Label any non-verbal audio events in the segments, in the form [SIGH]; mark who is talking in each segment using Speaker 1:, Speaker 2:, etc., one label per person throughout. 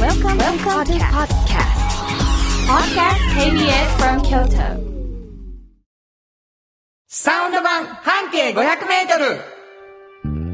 Speaker 1: Welcome, to the podcast. Podcast KBS from Kyoto.
Speaker 2: サウンド版半径500メートル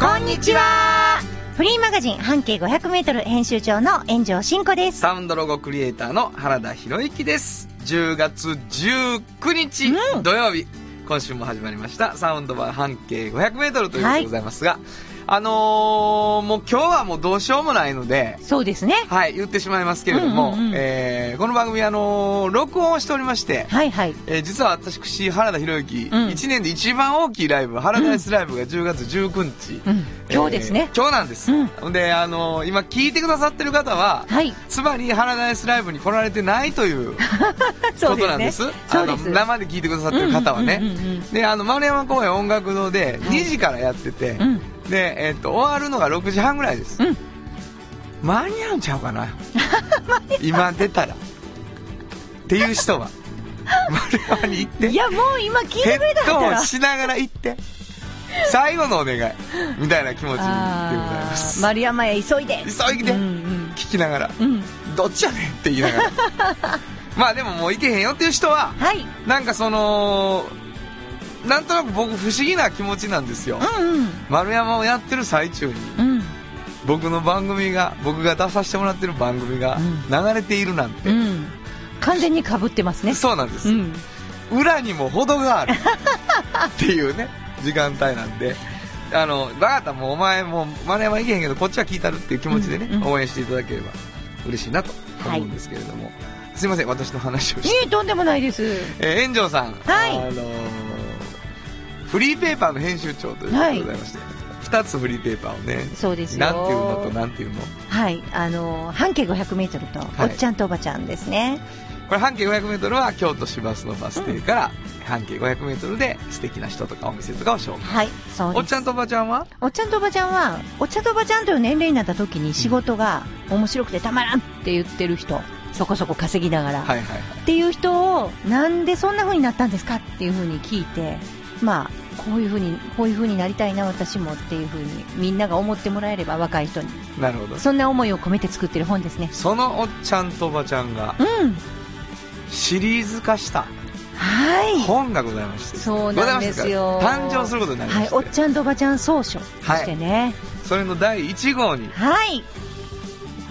Speaker 2: こんにちは
Speaker 3: フリーマガジン半径500メートル編集長の炎上真子です。
Speaker 2: サウンドロゴクリエイターの原田博之です10月19日
Speaker 3: うん
Speaker 2: 土曜日、今週も始まりましたサウンド版半径 500m ということでございますが、あのー、もう今日はもうどうしようもないので
Speaker 3: そうですね。
Speaker 2: はい言ってしまいますけれども、
Speaker 3: うんうんうん
Speaker 2: えーこの番組あのー録音をしておりまして、
Speaker 3: はいはい。
Speaker 2: えー実は私原田博之、
Speaker 3: うん
Speaker 2: 1年で一番大きいライブ原田 S ライブが10月19日、
Speaker 3: うん。今日ですね
Speaker 2: え。ー今日なんです、
Speaker 3: うん
Speaker 2: ほんで、あのー今聞いてくださってる方は、
Speaker 3: はい。
Speaker 2: つまり原田 S ライブに来られてないという
Speaker 3: [LAUGHS] そ
Speaker 2: こ
Speaker 3: うで
Speaker 2: と
Speaker 3: す
Speaker 2: なん
Speaker 3: ね。
Speaker 2: です
Speaker 3: そう
Speaker 2: あ
Speaker 3: で
Speaker 2: の
Speaker 3: す。
Speaker 2: 生で聞いてくださってる方はね、
Speaker 3: うんうんうんうん
Speaker 2: であの丸山公園音楽堂で
Speaker 3: はい
Speaker 2: 2時からやってて、
Speaker 3: うん。
Speaker 2: で、えっと終わるのが6時半ぐらいです、
Speaker 3: うん
Speaker 2: 間に合うんちゃうか
Speaker 3: [LAUGHS]
Speaker 2: な今出たらっていう人は丸山に行って
Speaker 3: いや、もう今聞い
Speaker 2: ヘ
Speaker 3: てくれた
Speaker 2: ッド
Speaker 3: か
Speaker 2: ホン
Speaker 3: ら。
Speaker 2: しながら行って最後のお願いみたいな気持ちでござい
Speaker 3: あ
Speaker 2: ま
Speaker 3: ー
Speaker 2: す
Speaker 3: 丸山へ急いで。
Speaker 2: 急いで
Speaker 3: うん
Speaker 2: 聞きながら
Speaker 3: うん。うん。
Speaker 2: どっちやねんって言いな
Speaker 3: [LAUGHS]
Speaker 2: がらまあでももう行けへんよっていう人は
Speaker 3: はい。
Speaker 2: なんかそのなんとなく僕不思議な気持ちなんですよ、
Speaker 3: うんうん。
Speaker 2: 丸山をやってる最中に
Speaker 3: うん。
Speaker 2: 僕の番組が僕が出させてもらってる番組が
Speaker 3: うん
Speaker 2: 流れているなんて、
Speaker 3: うん。完全に被ってますね。
Speaker 2: そうなんです、
Speaker 3: うん。
Speaker 2: 裏にも程があるっていうね時間帯なんであのバカタもうお前もう丸山いけへんけどこっちは聞いたるっていう気持ちでね、
Speaker 3: うんうん
Speaker 2: 応援していただければ嬉しいなと思うんですけれども、すいません私の話をして
Speaker 3: いえ、とんでもないです。
Speaker 2: えー、炎上さん、
Speaker 3: はい
Speaker 2: あのーフリーペーパーの編集長ということでございまして、二2つフリーペーパーをね
Speaker 3: そうですよ。
Speaker 2: なんていうのとなんていうの
Speaker 3: はい。あの、半径500メートルと、
Speaker 2: い
Speaker 3: おっちゃんとおばちゃんですね。
Speaker 2: これ半径 500m は京都市バスのバス停から、半径 500m で素敵な人とかお店とかを紹介
Speaker 3: はい。そうです。
Speaker 2: おっちゃんとおばちゃんは
Speaker 3: おっちゃんとおばちゃんは、おっちゃんとおばちゃんという年齢になった時に仕事が面白くてたまらんって言ってる人、そこそこ稼ぎながら、
Speaker 2: はいはいはい
Speaker 3: っていう人を、なんでそんな風になったんですかっていう風に聞いて、まあ、こういう風に、こういう風になりたいな私もっていう風に、みんなが思ってもらえれば若い人に。
Speaker 2: なるほど
Speaker 3: そんな思いを込めて作ってる本ですね。
Speaker 2: そのおっちゃんとおばちゃんが
Speaker 3: うん。
Speaker 2: シリーズ化した
Speaker 3: は
Speaker 2: 本がございまして
Speaker 3: そうなんです
Speaker 2: ご
Speaker 3: よ
Speaker 2: ざいまして誕生することに
Speaker 3: い。
Speaker 2: なり
Speaker 3: は
Speaker 2: ま
Speaker 3: い
Speaker 2: し。て、
Speaker 3: おっちゃんとおばちゃん総書としてね。
Speaker 2: それの第1号に
Speaker 3: はい。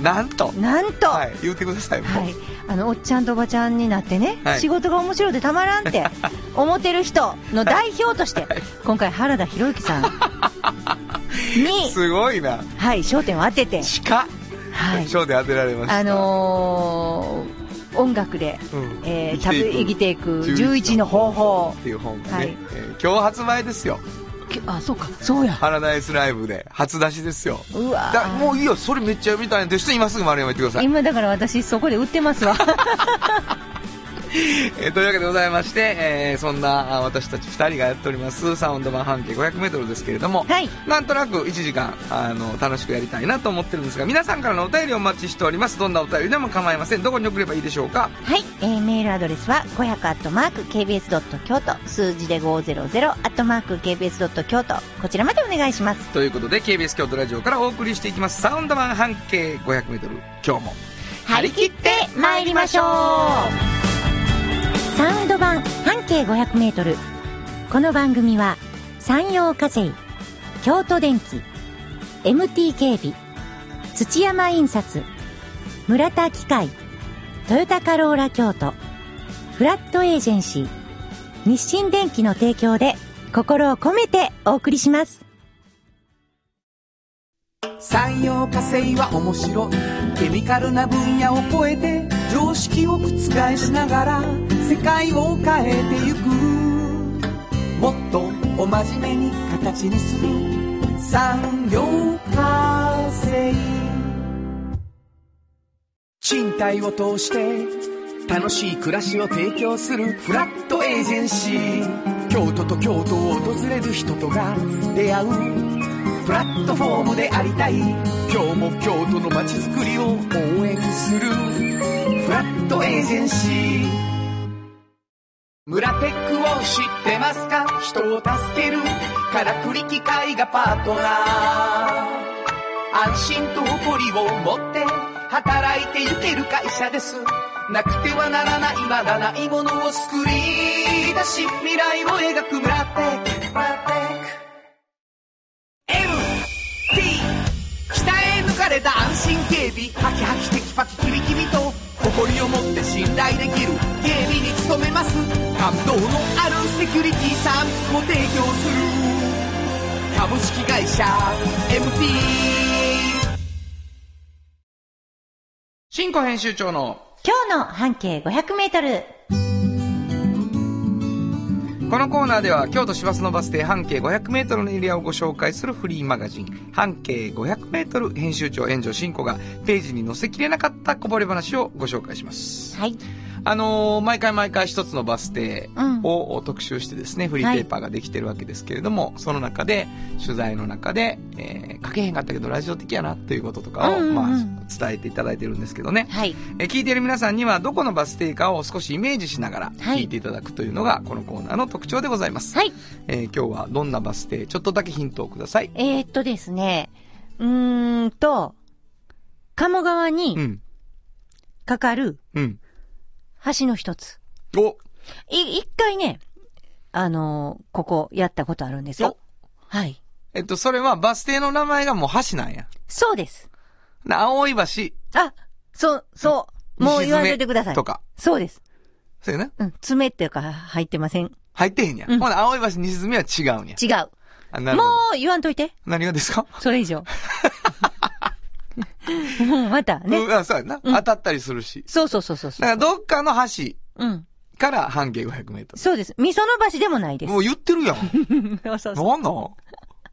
Speaker 2: なんと、
Speaker 3: なんと、
Speaker 2: はい、言ってくださいもう、
Speaker 3: はい、あのおっちゃんとおばちゃんになってね、
Speaker 2: はい
Speaker 3: 仕事が面白いでたまらんって [LAUGHS] 思ってる人の代表として、今回原田博之さん [LAUGHS] に、
Speaker 2: すごいな
Speaker 3: はい、焦点を当てて、
Speaker 2: 近っ
Speaker 3: はい、
Speaker 2: 賞で当てられました
Speaker 3: あのー音楽で、
Speaker 2: うん
Speaker 3: えー、旅生きていく
Speaker 2: 11
Speaker 3: 11の方法
Speaker 2: っていう本がね、
Speaker 3: はい
Speaker 2: えー今日発売ですよ
Speaker 3: きあそうかそうや
Speaker 2: 「ラダイスライブ」で初出しですよ
Speaker 3: うわ
Speaker 2: だもういいよそれめっちゃ読みたいんでちょっと今すぐ丸山行ってください、
Speaker 3: 今だから私そこで売ってます [LAUGHS] わ
Speaker 2: えーというわけでございまして、えーそんなあ私たち2人がやっておりますサウンド版半径 500m ですけれども、
Speaker 3: はい
Speaker 2: なんとなく1時間あの楽しくやりたいなと思ってるんですが皆さんからのお便りをお待ちしておりますどんなお便りでも構いませんどこに送ればいいでしょうか
Speaker 3: はい、えーメールアドレスは5 0 0 k b s k y o t 数字で5 0 0 k b s k y o t こちらまでお願いします
Speaker 2: ということで KBS 京都ラジオからお送りしていきますサウンド版半径 500m 今日も
Speaker 3: 張り切って参りましょうサウンド版半径 500m この番組は山陽火星京都電機 MT 警備土山印刷村田機械トヨタカローラ京都フラットエージェンシー日清電機の提供で心を込めてお送りします
Speaker 4: 産業化成は面白いケミカルな分野を超えて常識を覆しながら世界を変えてゆくもっとお真面目に形にする産業化成賃貸を通して楽しい暮らしを提供するフラットエージェンシー京都と京都を訪れる人とが出会うプラットフォームでありたい今日も京都の街づくりを応援す験し村テックを知ってますか人を助けるからくり機械がパートナー安心と誇りを持って働いてゆける会社ですなくてはならないまだないものを作り出し未来を描く村テック村テック MT 鍛え抜かれた安心警備ハキハキテキパキキビキビと誇りを持って信頼できる警備に努めます感動のあるセキュリティサービスを提供する株式会社 MT
Speaker 2: 新庫編集長の
Speaker 5: 今日の半径500メートル。
Speaker 2: このコーナーでは京都市バスのバス停半径 500m のエリアをご紹介するフリーマガジン半径 500m 編集長炎上真子がページに載せきれなかったこぼれ話をご紹介します。
Speaker 5: はい。
Speaker 2: あのー毎回毎回一つのバス停
Speaker 5: うん
Speaker 2: を特集してですね、フリーペーパーができてるわけですけれども、その中で、取材の中で、えー書けへんかったけどラジオ的やなっていうこととかを、
Speaker 5: うんうんうん
Speaker 2: まあ、伝えていただいてるんですけどね。
Speaker 5: はい。
Speaker 2: えー聞いている皆さんにはどこのバス停かを少しイメージしながら
Speaker 5: はい
Speaker 2: 聞いていただくというのがこのコーナーの特徴でございます、
Speaker 5: はい。
Speaker 2: えー今日はどんなバス停ちょっとだけヒントをください
Speaker 5: えー、っとですね。うーんと、鴨川
Speaker 2: う
Speaker 5: に
Speaker 2: ん
Speaker 5: かかる
Speaker 2: うん
Speaker 5: 橋の一つ。
Speaker 2: お
Speaker 5: い、一回ね、あのーここやったことあるんですよ。はい。
Speaker 2: えっとそれはバス停の名前がもう橋なんや
Speaker 5: そうです。
Speaker 2: な青い橋
Speaker 5: あ、そう、そう。もう言わんといてください。
Speaker 2: とか
Speaker 5: そうです。
Speaker 2: そうやな
Speaker 5: うん。爪っていうか入ってません。
Speaker 2: 入ってへんや、
Speaker 5: うん
Speaker 2: ほな青い橋西住は違うんや
Speaker 5: 違う。
Speaker 2: あ
Speaker 5: も
Speaker 2: なるほど
Speaker 5: う言わんといて。
Speaker 2: 何がですか
Speaker 5: それ以上。うんまたね。
Speaker 2: うんあそうやな、
Speaker 5: うん
Speaker 2: 当たったりするし
Speaker 5: そうそうそうそうそ
Speaker 2: だ
Speaker 5: う。
Speaker 2: からどっかの橋
Speaker 5: うん。
Speaker 2: から半径 500m
Speaker 5: そうです。味噌の橋でもないです。
Speaker 2: もう言ってるやん
Speaker 5: [LAUGHS] そうそうそう。
Speaker 2: なんなん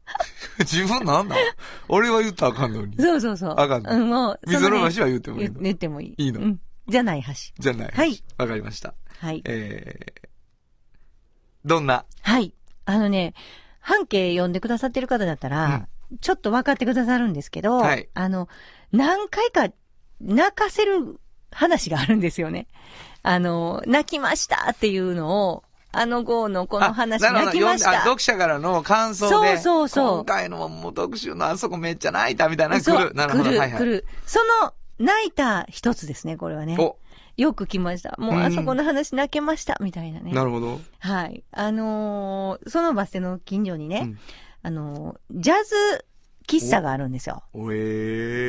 Speaker 2: [LAUGHS] 自分なんなん俺は言ったらあかんのに。
Speaker 5: そうそうそう。
Speaker 2: あかん
Speaker 5: うん、もう。
Speaker 2: 水
Speaker 5: そ
Speaker 2: の
Speaker 5: ね
Speaker 2: 橋は言ってもいいの
Speaker 5: 言ってもいい。
Speaker 2: いいの
Speaker 5: うん。じゃない橋。
Speaker 2: じゃない。
Speaker 5: はい。
Speaker 2: わかりました。
Speaker 5: はい。
Speaker 2: えー、どんな
Speaker 5: はい。あのね、半径読んでくださってる方だったら、ちょっと分かってくださるんですけど、
Speaker 2: はい
Speaker 5: あの、何回か泣かせる話があるんですよね。あの、泣きましたっていうのを、あの号のこの話、
Speaker 2: あなるほ
Speaker 5: 泣
Speaker 2: ど
Speaker 5: きまし
Speaker 2: 読んだあ
Speaker 5: た。
Speaker 2: 読者からの感想で。
Speaker 5: そうそうそう
Speaker 2: 今回のもう特集のあそこめっちゃ泣いたみたいな。来
Speaker 5: そう
Speaker 2: る。なるほど。
Speaker 5: 来る、
Speaker 2: はいはい。
Speaker 5: 来る。その、泣いた一つですね、これはね。
Speaker 2: お、
Speaker 5: よく来ました。もう、
Speaker 2: うん
Speaker 5: あそこの話泣けました、みたいなね。
Speaker 2: なるほど。
Speaker 5: はい。あのーそのバス停の近所にね、
Speaker 2: うん
Speaker 5: あのージャズ喫茶があるんですよ。
Speaker 2: おえ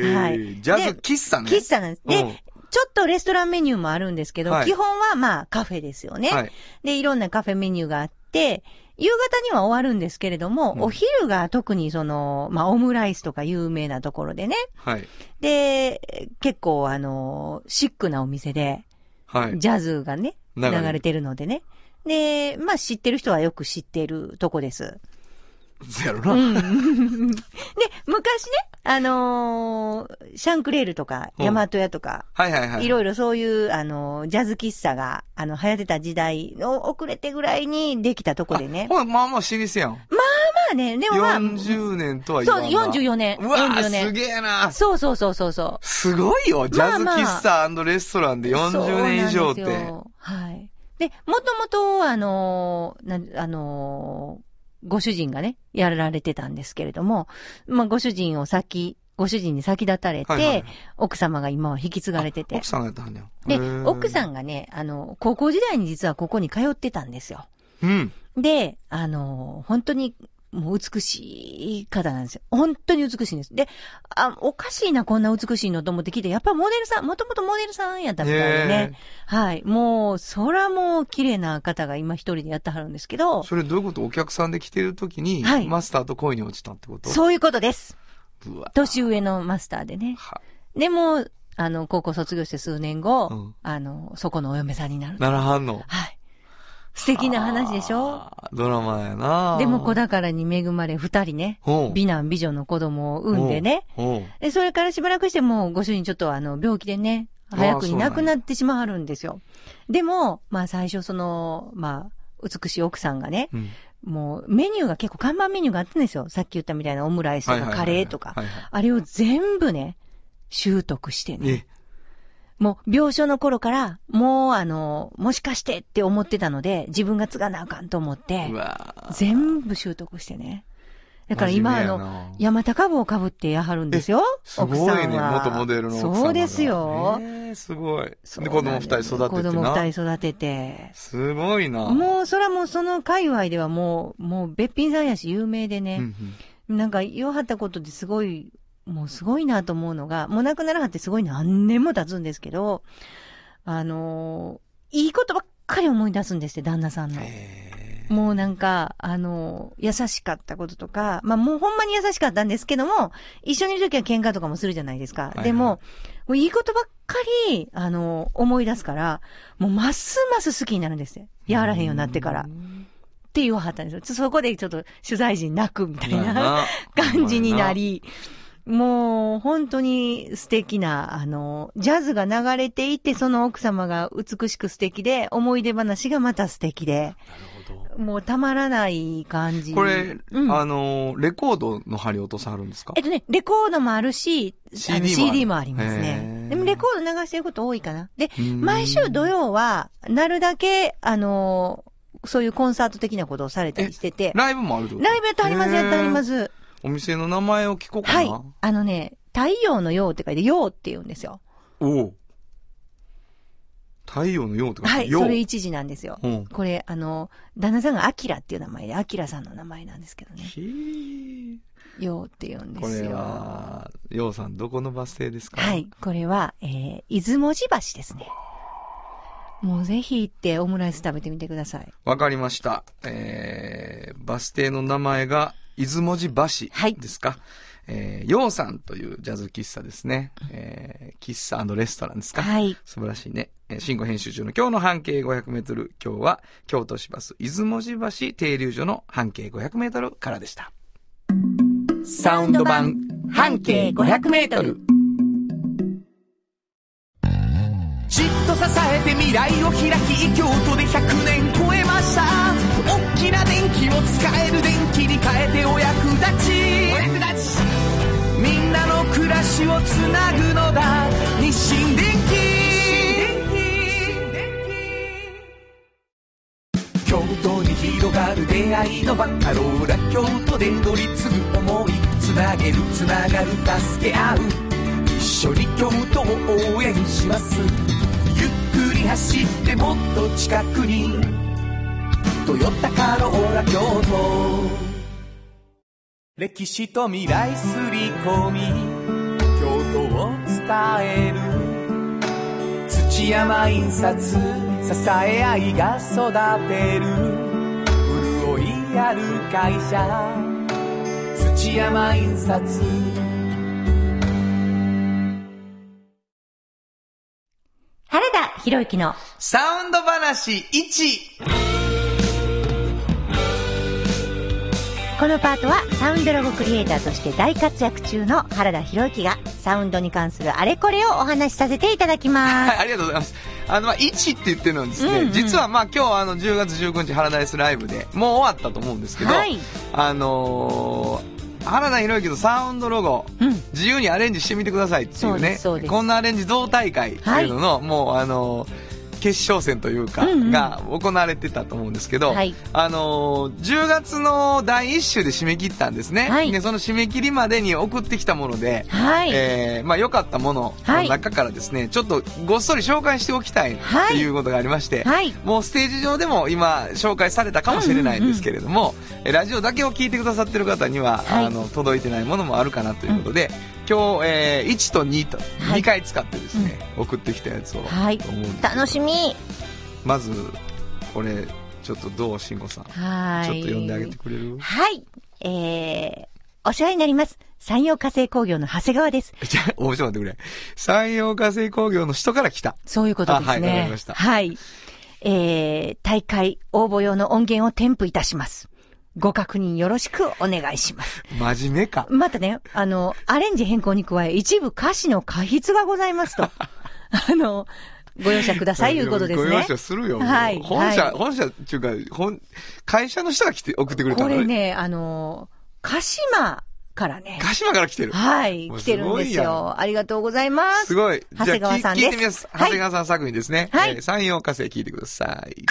Speaker 2: ー。
Speaker 5: はい
Speaker 2: ジャズ喫茶ね。
Speaker 5: 喫茶なんです。で、
Speaker 2: うん
Speaker 5: ちょっとレストランメニューもあるんですけど、
Speaker 2: はい
Speaker 5: 基本はまあカフェですよね、
Speaker 2: はい。
Speaker 5: で、いろんなカフェメニューがあって、夕方には終わるんですけれども、
Speaker 2: うん
Speaker 5: お昼が特にその、まあオムライスとか有名なところでね。
Speaker 2: はい。
Speaker 5: で、結構あのー、シックなお店で、
Speaker 2: はい。
Speaker 5: ジャズがね、
Speaker 2: 流
Speaker 5: 流
Speaker 2: れ
Speaker 5: れてるのでね。で、まあ知ってる人はよく知ってるとこです。
Speaker 2: そうやろ
Speaker 5: う
Speaker 2: な。
Speaker 5: んで、昔ね、あのーシャンクレールとか、
Speaker 2: うん
Speaker 5: ヤマト屋とか、
Speaker 2: はいはいはい。
Speaker 5: いろいろそういう、あのージャズ喫茶が、あの、流行ってた時代の遅れてぐらいにできたとこでね。ま
Speaker 2: ほら、まあまあ老舗やん。
Speaker 5: あね、でもまあ、
Speaker 2: 40年とは言
Speaker 5: そ
Speaker 2: わ
Speaker 5: う、
Speaker 2: んな
Speaker 5: 44年。
Speaker 2: うわ
Speaker 5: 44
Speaker 2: ー
Speaker 5: 年
Speaker 2: すげえな
Speaker 5: そうそうそうそうそう。
Speaker 2: すごいよジャズ
Speaker 5: まあまあ
Speaker 2: 喫茶レストランで40年以上って。
Speaker 5: そうなんですよはい。で、もともと、あのー、な、あのー、ご主人がね、やられてたんですけれども、まあ、ご主人を先、ご主人に先立たれて、
Speaker 2: はいはいはい
Speaker 5: 奥様が今は引き継がれてて
Speaker 2: 奥。さんがやったんだよ。
Speaker 5: で、奥さ
Speaker 2: ん。
Speaker 5: んがね、あの、高校時代に実はここに通ってたんですよ。
Speaker 2: うん。
Speaker 5: で、あの、本当に、もう美しい方なんですよ。本当に美しいんです。で、あ、おかしいな、こんな美しいのと思って聞いて、やっぱモデルさん、もともとモデルさんやったみたいでね
Speaker 2: へ。
Speaker 5: はい。もう、そらもう綺麗な方が今一人でやってはるんですけど、
Speaker 2: それどういうことお客さんで来てる時に、
Speaker 5: はい
Speaker 2: マスターと恋に落ちたってこと
Speaker 5: そういうことです。
Speaker 2: うわ。
Speaker 5: 年上のマスターでね。
Speaker 2: は
Speaker 5: でも、あの、高校卒業して数年後、
Speaker 2: うん
Speaker 5: あの、そこのお嫁さんになる。
Speaker 2: ならはんの。
Speaker 5: はい。素敵な話でしょ
Speaker 2: あードラマやな
Speaker 5: でも子
Speaker 2: だ、
Speaker 5: 宝に恵まれ二人ね、美男美女の子供を産んでね。
Speaker 2: おう。
Speaker 5: で、それからしばらくしてもうご主人ちょっとあの病気でね、
Speaker 2: あー
Speaker 5: 早くに亡くなってしまわるんですよ。でも、まあ最初その、まあ、美しい奥さんがね、
Speaker 2: うん
Speaker 5: もうメニューが結構看板メニューがあったんですよ。さっき言ったみたいなオムライスと
Speaker 2: はい
Speaker 5: か
Speaker 2: はいはい
Speaker 5: カレーとか
Speaker 2: はいは。い
Speaker 5: あれを全部ね、習得してね。
Speaker 2: え
Speaker 5: もう、病床の頃から、もう、あの、もしかしてって思ってたので、自分が継がなあかんと思って
Speaker 2: う、わー
Speaker 5: 全部習得してね。だから今、あ
Speaker 2: 真面目やな
Speaker 5: の、山高帽をかぶってやはるんですよ。
Speaker 2: す
Speaker 5: 奥
Speaker 2: ご
Speaker 5: さ
Speaker 2: い
Speaker 5: ん
Speaker 2: ね、
Speaker 5: は。
Speaker 2: 元モデルの奥様が
Speaker 5: そうですよ。
Speaker 2: えーすごい。で、
Speaker 5: そう
Speaker 2: 子供
Speaker 5: なんだ
Speaker 2: 二
Speaker 5: よ
Speaker 2: 人育て
Speaker 5: 子
Speaker 2: て
Speaker 5: 供
Speaker 2: な
Speaker 5: 二。人育てて。
Speaker 2: すごいな。
Speaker 5: もう、そらもうその界隈ではもう、もう、べっぴんさんやし有名でね、
Speaker 2: うん
Speaker 5: なんか言わはったことですごい、もうすごいなと思うのが、もう亡くならはってすごい何年も経つんですけど、あのーいいことばっかり思い出すんですって、旦那さん
Speaker 2: うん。
Speaker 5: の。
Speaker 2: へー
Speaker 5: もうなんか、あのー優しかったこととか、まあもうほんまに優しかったんですけども、一緒にいる時は喧嘩とかもするじゃないですか。
Speaker 2: いはい
Speaker 5: でも、もういいことばっかり、あのー思い出すから、もうますます好きになるんですって。やらへんようになってから。って言わはったんですよ。ちょそこでちょっと取材陣泣くみたい
Speaker 2: まあ
Speaker 5: な感じにな。
Speaker 2: ま
Speaker 5: り、 [LAUGHS] もう本当に素敵な、あの、ジャズが流れていて、その奥様が美しく素敵で、思い出話がまた素敵で、
Speaker 2: あななるほど
Speaker 5: もうたまらない感じ。
Speaker 2: これ、
Speaker 5: うん
Speaker 2: あのー、レコードの針落とさはるんですか
Speaker 5: えっとね、レコードもあるし、あの
Speaker 2: CD もある
Speaker 5: CD もありますね
Speaker 2: へ。ー
Speaker 5: でもレコード流してること多いかな。で、
Speaker 2: うん
Speaker 5: 毎週土曜は、なるだけ、あの、そういうコンサート的なことをされたりしてて、
Speaker 2: ライブもあるってこと
Speaker 5: ライブやってあります、やってありま。
Speaker 2: へー
Speaker 5: す。
Speaker 2: お店の名前を聞こうか
Speaker 5: はい
Speaker 2: な。。
Speaker 5: あのね、太陽の陽って書いて、陽って言うんですよ。
Speaker 2: おう太陽のようって書
Speaker 5: はい。
Speaker 2: よう
Speaker 5: それ一時なんですよ。
Speaker 2: うん
Speaker 5: これ、あの、旦那さんがアキラっていう名前で、アキラさんの名前なんですけどね。
Speaker 2: ひー
Speaker 5: 陽って言うんで
Speaker 2: こ
Speaker 5: す
Speaker 2: れ
Speaker 5: よ。
Speaker 2: は、ようさん、どこのバス停ですか
Speaker 5: はい。。これは、えー、出雲寺橋ですね。もうぜひ行ってオムライス食べてみてください。
Speaker 2: わかりました。えー、バス停の名前が、出雲寺
Speaker 5: はい
Speaker 2: 橋ですか、えー、ようさんというジャズ喫茶ですね。えー、喫茶レストランですか
Speaker 5: はい。
Speaker 2: 素晴らしいね。えー、新語編集中の今日の半径500メートル。今日は、京都市バス出雲寺橋停留所の半径500メートルからでした。サ
Speaker 5: ウンド版、
Speaker 2: 半
Speaker 5: 径500メートル。
Speaker 4: じっと支えて未来を開き京都で100年超えました大きな電気を使える電気に変えてお役立ちお役立ちみんなの暮らしをつなぐのだ日清電気京都に広がる出会いの場カローラ京都で乗り継ぐ思いつなげるつながる助け合う一緒に京都を応援しますゆっくり走ってもっと近くに「トヨタカローラ京都」歴史と未来すり込み京都を伝える土山印刷支え合いが育てる潤いある会社土山印刷
Speaker 5: 原田博之の
Speaker 2: サウンド話1。
Speaker 5: このパートはサウンドロゴクリエイターとして大活躍中の原田博之がサウンドに関するあれこれをお話しさせていただきます
Speaker 2: は。い、ありがとうございます。あの、まあ、1って言ってるのはですね、
Speaker 5: うんうん
Speaker 2: 実はまあ今日あの10月19日ハラダイスライブで、もう終わったと思うんですけど、
Speaker 5: はい
Speaker 2: あのー、原田博之のサウンドロゴ、
Speaker 5: うん
Speaker 2: 自由にアレンジしてみてくださいってい
Speaker 5: そう
Speaker 2: う
Speaker 5: で
Speaker 2: ね
Speaker 5: すそうです
Speaker 2: こんなアレンジ同大会っていうのの、もうあのー決勝戦というか、
Speaker 5: うんうん
Speaker 2: が行われてたと思うんですけど、
Speaker 5: はい
Speaker 2: あのー10月の第1週で締め切ったんですね、
Speaker 5: はい
Speaker 2: でその締め切りまでに送ってきたもので、
Speaker 5: はい。
Speaker 2: えーまあ、良かったもの
Speaker 5: はい
Speaker 2: の中からですね、ちょっとごっそり紹介しておきたいっていうことがありまして、
Speaker 5: はい。
Speaker 2: もうステージ上でも今紹介されたかもしれないんですけれども、えラジオだけを聞いてくださってる方には、
Speaker 5: はい
Speaker 2: あの届いてないものもあるかなということで、今日、えー1と2と
Speaker 5: い
Speaker 2: 2回使ってですね、送ってきたやつを思
Speaker 5: はい
Speaker 2: うんですけど
Speaker 5: 楽しみ。
Speaker 2: まずこれちょっとどう慎吾さん、
Speaker 5: はい。
Speaker 2: ちょっと読んであげてくれる [LAUGHS]
Speaker 5: はい。えー、お世話になります。山陽火星工業の長谷川です。
Speaker 2: じゃあ、おちょっと待ってくれ。山陽化成工業の人から来た。
Speaker 5: そういうことです
Speaker 2: あ
Speaker 5: ね。
Speaker 2: はいわかりました
Speaker 5: はいえー、大会応募用の音源を添付いたします。ご確認よろしくお願いします。
Speaker 2: 真面目か。
Speaker 5: またね、あの、アレンジ変更に加え、一部歌詞の過筆がございま
Speaker 2: [LAUGHS]
Speaker 5: すと。あの、ご容赦ください、いうことですね。
Speaker 2: ご容赦するよ。
Speaker 5: はい
Speaker 2: 本社、
Speaker 5: はい
Speaker 2: 本社っていうか、本、会社の人が来て、送ってくれた
Speaker 5: こ
Speaker 2: の
Speaker 5: れね、あの、鹿島からね。
Speaker 2: 鹿島から来てる。
Speaker 5: はい、
Speaker 2: もう
Speaker 5: 来てるんです
Speaker 2: すごいや
Speaker 5: よ。ありがとうございます。
Speaker 2: すごい。
Speaker 5: 長谷川
Speaker 2: じゃ
Speaker 5: さ
Speaker 2: あ
Speaker 5: ん
Speaker 2: き聞いて
Speaker 5: です。
Speaker 2: みます。長
Speaker 5: は
Speaker 2: 谷
Speaker 5: い。
Speaker 2: 川さん作品ですね。
Speaker 5: はい
Speaker 2: えー山陽火星聞いてください。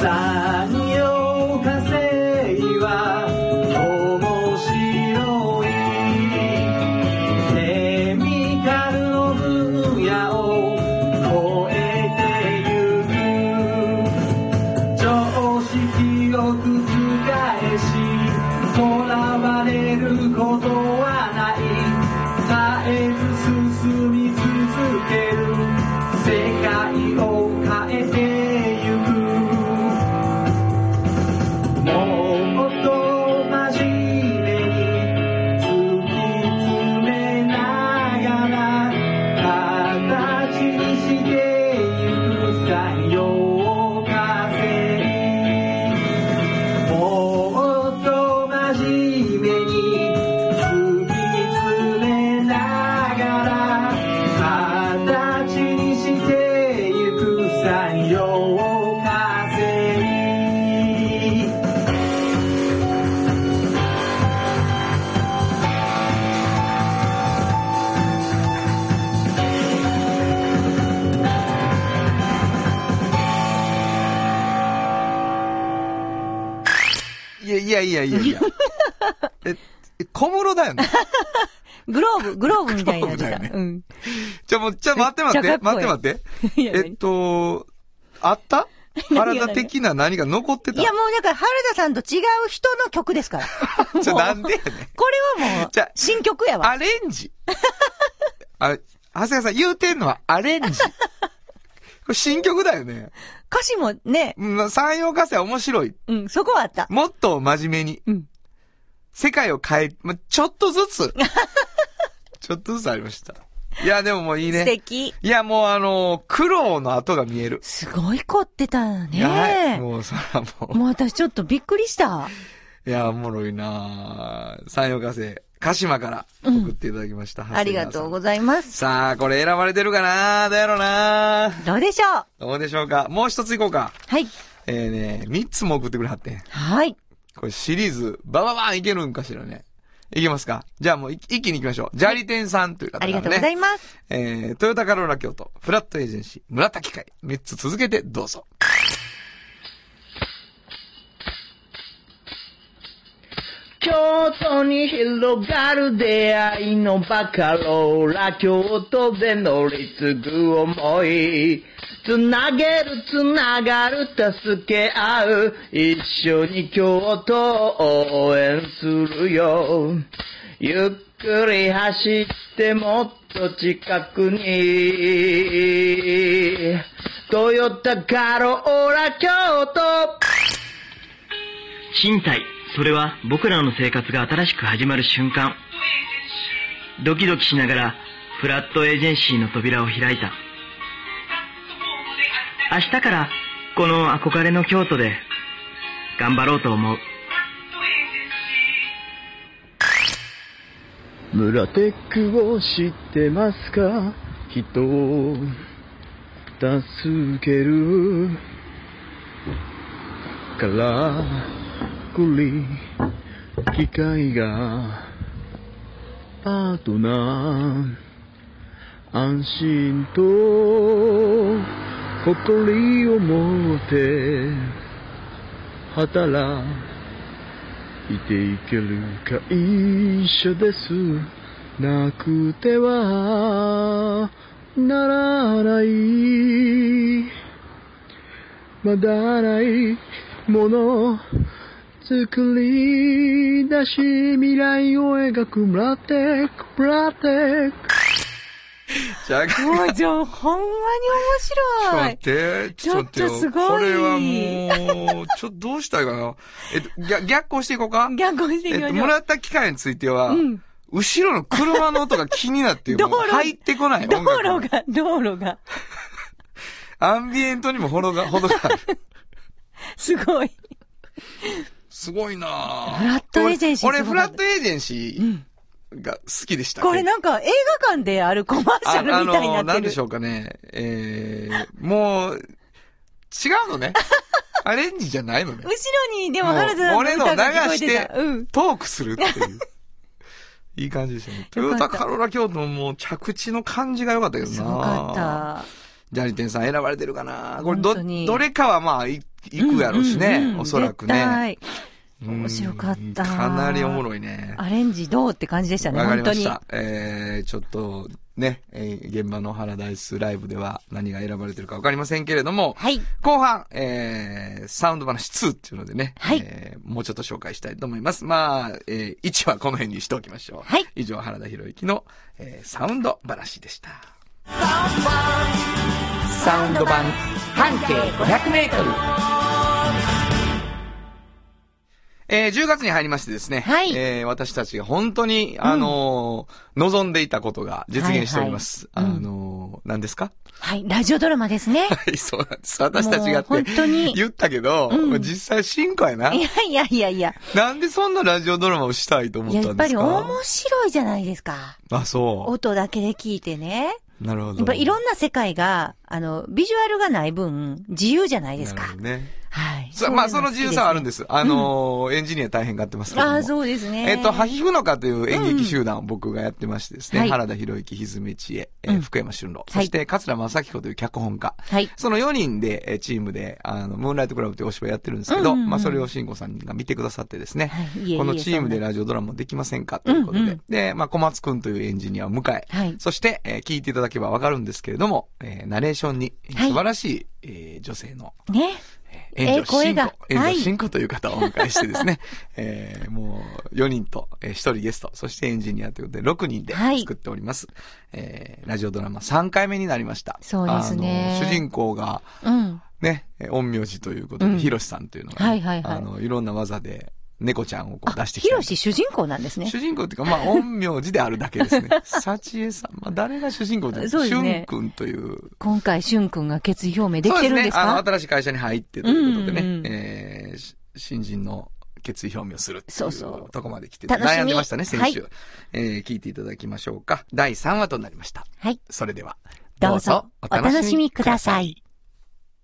Speaker 6: 産業化成は面白いケミカルの分野を超えてゆく常識を覆し囚われることはない絶えず進み続ける世界を変えてゆくもっと真面目に突き詰めてながら形にしてゆく産業化成もっと真面目に突き詰めながら形にしてゆく産業化成
Speaker 2: いやいやいやいやいや。え、小室だよね。
Speaker 5: グローブ、グローブみたいになって
Speaker 2: グロ
Speaker 5: た。
Speaker 2: ーブだよ
Speaker 5: うん。
Speaker 2: ちょ、もう、ちょ、待って待っ
Speaker 5: め
Speaker 2: て、
Speaker 5: っちゃかっ
Speaker 2: 待
Speaker 5: こ
Speaker 2: っ
Speaker 5: い
Speaker 2: て
Speaker 5: い
Speaker 2: 待って。
Speaker 5: いや
Speaker 2: えっと、あった
Speaker 5: 何が
Speaker 2: 体的な何が残って
Speaker 5: い
Speaker 2: た
Speaker 5: や、もうだから、原田さんと違う人の曲で
Speaker 2: [LAUGHS]
Speaker 5: すから。
Speaker 2: ちょ、
Speaker 5: もう
Speaker 2: なんでやねん。
Speaker 5: これはもう
Speaker 2: じゃあ、
Speaker 5: 新曲やわ。
Speaker 2: アレンジ。 [LAUGHS] あ、長谷川さん言うてんのはアレン
Speaker 5: [LAUGHS]
Speaker 2: ジ。これ新曲だよね。
Speaker 5: 歌詞もね、
Speaker 2: うん山陽火星は面白い。
Speaker 5: うん、そこはあった。
Speaker 2: もっと真面目に。
Speaker 5: うん
Speaker 2: 世界を変え、ま、ちょっとず
Speaker 5: [LAUGHS]
Speaker 2: つ。ちょっとずつありました。いや、でももういい
Speaker 5: 素
Speaker 2: ね。
Speaker 5: 敵。
Speaker 2: いや、もうあのー苦労の跡が見える。
Speaker 5: すごい凝ってた
Speaker 2: はい。
Speaker 5: ね。
Speaker 2: もうそらも
Speaker 5: もう私ちょっとびっくりした。
Speaker 2: う。いや、おもろいなぁ山陽火星、鹿島から送っていただきました。
Speaker 5: ありがとうご
Speaker 2: ざい
Speaker 5: ざいま。
Speaker 2: ますさあ、これ選ばれてるかなどうやろうな
Speaker 5: どうでしょう
Speaker 2: どうでしょうかもう一ついこうか。
Speaker 5: はい。
Speaker 2: えー、ね、三つも送ってくれはってん。
Speaker 5: はい。
Speaker 2: これシリーズ、バババーンいけるんかしらね。いけますかじゃあもうい一気に行きましょう。ジャリテンさんという方
Speaker 5: あ
Speaker 2: から
Speaker 5: り
Speaker 2: ね。
Speaker 5: がとうござ
Speaker 2: [LAUGHS]
Speaker 5: います。
Speaker 2: えー、トヨタカローラ京都、フラットエージェンシー、村田機械、三つ続けてどうぞ。
Speaker 6: 京都に広がる出会いのバカローラ京都で乗り継ぐ思いつなげるつながる助け合う一緒に京都を応援するよゆっくり走ってもっと近くにトヨタカローラ京都
Speaker 7: 賃貸それは僕らの生活が新しく始まる瞬間ドキドキしながらフラットエージェンシーの扉を開いた明日からこの憧れの京都で頑張ろうと思う
Speaker 6: 村テックを知ってますか人を助けるからくり機械がパートナー安心と誇りを持って働いていける会社ですなくてはならないまだないもの作り出し未来を描くプラテックプラテック
Speaker 2: じゃあ、ちょ
Speaker 5: もう、じゃあ、ほんまに
Speaker 2: っと
Speaker 5: 面白
Speaker 2: 待っ
Speaker 5: い。
Speaker 2: て、ちょっと待ってよ
Speaker 5: ちょっとすごい
Speaker 2: これはもう、ちょっとどうしたいかな。えっと、逆逆行していこうか。
Speaker 5: 逆行してい
Speaker 2: え
Speaker 5: き
Speaker 2: っ
Speaker 5: ま
Speaker 2: と、
Speaker 5: しょ
Speaker 2: も
Speaker 5: う。
Speaker 2: らった機械については、
Speaker 5: うん
Speaker 2: 後ろの車の音が気になって、もう
Speaker 5: 道路
Speaker 2: 入ってこない。
Speaker 5: 道
Speaker 2: 音楽
Speaker 5: 路が、道路が。
Speaker 2: アンビエントにもほど
Speaker 5: [LAUGHS]
Speaker 2: が、ほどがある。
Speaker 5: す
Speaker 2: [LAUGHS]
Speaker 5: ごい。
Speaker 2: すごいなぁ
Speaker 5: フラットエージェンシー
Speaker 2: 俺、
Speaker 5: す
Speaker 2: 俺
Speaker 5: ご
Speaker 2: フ
Speaker 5: かっ
Speaker 2: ラッ
Speaker 5: た
Speaker 2: トエージェンシーが好きでした。
Speaker 5: これなんか映画館であるコマーシ
Speaker 2: あ
Speaker 5: ャルみたいにな
Speaker 2: あの
Speaker 5: ってる。
Speaker 2: なんでしょうかね。えー、もう、違うの
Speaker 5: [LAUGHS]
Speaker 2: ね。アレンジじゃないのね
Speaker 5: 後。ろに、でも、
Speaker 2: もう
Speaker 5: 原田さんの
Speaker 2: 俺の
Speaker 5: 歌
Speaker 2: 流
Speaker 5: が聞こえ
Speaker 2: してて
Speaker 5: た。うん。、
Speaker 2: トークするっていう。いい感じでしたね。トヨ
Speaker 5: よか
Speaker 2: タ
Speaker 5: った
Speaker 2: カローラ京都のもう着地の感じが良かったけどな
Speaker 5: すごか
Speaker 2: ジャニテンさん選ばれてるかなこれど、
Speaker 5: 本当に
Speaker 2: どれかはまあ、い
Speaker 5: った。
Speaker 2: 行くやろうしね。
Speaker 5: んんん
Speaker 2: おそらく
Speaker 5: 絶
Speaker 2: ね。
Speaker 5: 対面白かった
Speaker 2: うんかなりおもろいね。
Speaker 5: アレンジどうって感じでしたね、
Speaker 2: わかり
Speaker 5: 本
Speaker 2: ま
Speaker 5: 当
Speaker 2: し
Speaker 5: に。
Speaker 2: た。えー、ちょっと、ね、えー現場のハラダイスライブでは何が選ばれてるかわかりませんけれども、
Speaker 5: はい。
Speaker 2: 後半、えー、サウンド話2っていうのでね、
Speaker 5: はい
Speaker 2: えーもうちょっと紹介したいと思います。まあ、えー、1はこの辺にしておきましょう。
Speaker 5: はい
Speaker 2: 以上、原田博之の、えー、サウンド話でした。サウンド版、半径500メートル。えー、10月に入りましてですね。
Speaker 5: はい
Speaker 2: えー、私たちが本当に、あのー望んでいたことが実現しております。
Speaker 5: はいはいうん
Speaker 2: あのー何ですか
Speaker 5: はい、ラジオドラマで
Speaker 2: [LAUGHS]
Speaker 5: すね。
Speaker 2: はい、そうなんです。私たちがって
Speaker 5: もう本当に
Speaker 2: 言ったけど、
Speaker 5: うん
Speaker 2: 実際進行やな。
Speaker 5: いやいやいやいや。
Speaker 2: なんでそんなラジオドラマをしたいと思
Speaker 5: い
Speaker 2: った
Speaker 5: や、
Speaker 2: んです
Speaker 5: や
Speaker 2: か
Speaker 5: っぱり面白いじゃないですか。
Speaker 2: あ、そ
Speaker 5: 音だけで聞いてね。
Speaker 2: う。なるほど。
Speaker 5: やっぱいろんな世界が、あの、ビジュアルがない分、自由じゃないです
Speaker 2: な
Speaker 5: か
Speaker 2: るほ。どね。
Speaker 5: はい。
Speaker 2: さまあ、その自由さはあるん
Speaker 5: で
Speaker 2: です。あのー、エンジニア大変がってますけども。
Speaker 5: ああ、そうですね。
Speaker 2: えっと、ハヒフノカという演劇集団を僕がやってましてですね、
Speaker 5: はい
Speaker 2: 原田博之、ひずめちえ、え
Speaker 5: う
Speaker 2: ー
Speaker 5: ん
Speaker 2: 福山俊郎、そして桂正彦という脚本家。
Speaker 5: はい。
Speaker 2: その4人で、えーチームで、あの、ムーンライトクラブというお芝居やってるんですけど、
Speaker 5: うんうんうん
Speaker 2: まあ、それを慎吾さんが見てくださってですね、
Speaker 5: はいいえいえ
Speaker 2: このチームでラジオドラマできませんかということで、
Speaker 5: うんうん
Speaker 2: で、まあ、小松くんというエンジニアを迎え、
Speaker 5: はい
Speaker 2: そして、えー聞いていただけばわかるんですけれども、えーナレーションに、えー
Speaker 5: はい
Speaker 2: 素晴らしい、えー女性の、
Speaker 5: ね。
Speaker 2: えー、
Speaker 5: え
Speaker 2: 援
Speaker 5: ー
Speaker 2: 助
Speaker 5: 声
Speaker 2: 進
Speaker 5: が
Speaker 2: 行、援
Speaker 5: はい
Speaker 2: 助進行という方をお迎えしてですね、 [LAUGHS] えーもう4人と、えー1人ゲスト、そしてエンジニアということで6人で
Speaker 5: はい
Speaker 2: 作っております。えーラジオドラマ3回目になりました。
Speaker 5: そうですね
Speaker 2: あの主人公が、
Speaker 5: うん。
Speaker 2: ね、えー陰陽師ということ
Speaker 5: う
Speaker 2: で、
Speaker 5: ん
Speaker 2: ヒロシさんというのがね、
Speaker 5: はいはいはい
Speaker 2: あの、いろんな技で、猫ちゃんをこう
Speaker 5: あ、
Speaker 2: 出してきて。
Speaker 5: ヒロシ主人公なんですね。
Speaker 2: 主人公っていうか、まあ、陰陽師であるだけです
Speaker 5: [LAUGHS]
Speaker 2: ね。幸恵さん。まあ、誰が主人公って、
Speaker 5: そうですね
Speaker 2: 俊くんという、
Speaker 5: 今回、しゅんくんが決意表明できてるんです
Speaker 2: そうね。あの、
Speaker 5: か
Speaker 2: 新しい会社に入ってということでね、
Speaker 5: うんうんうん
Speaker 2: えーし新人の決意表明をするっていう
Speaker 5: そうそう
Speaker 2: とこまで来て、
Speaker 5: 楽しみ
Speaker 2: 悩んでましたね、先週。
Speaker 5: は
Speaker 2: えー聞いていただきましょうか。第3話となりました。
Speaker 5: はい。
Speaker 2: それでは、
Speaker 5: どうぞ、お楽しみください。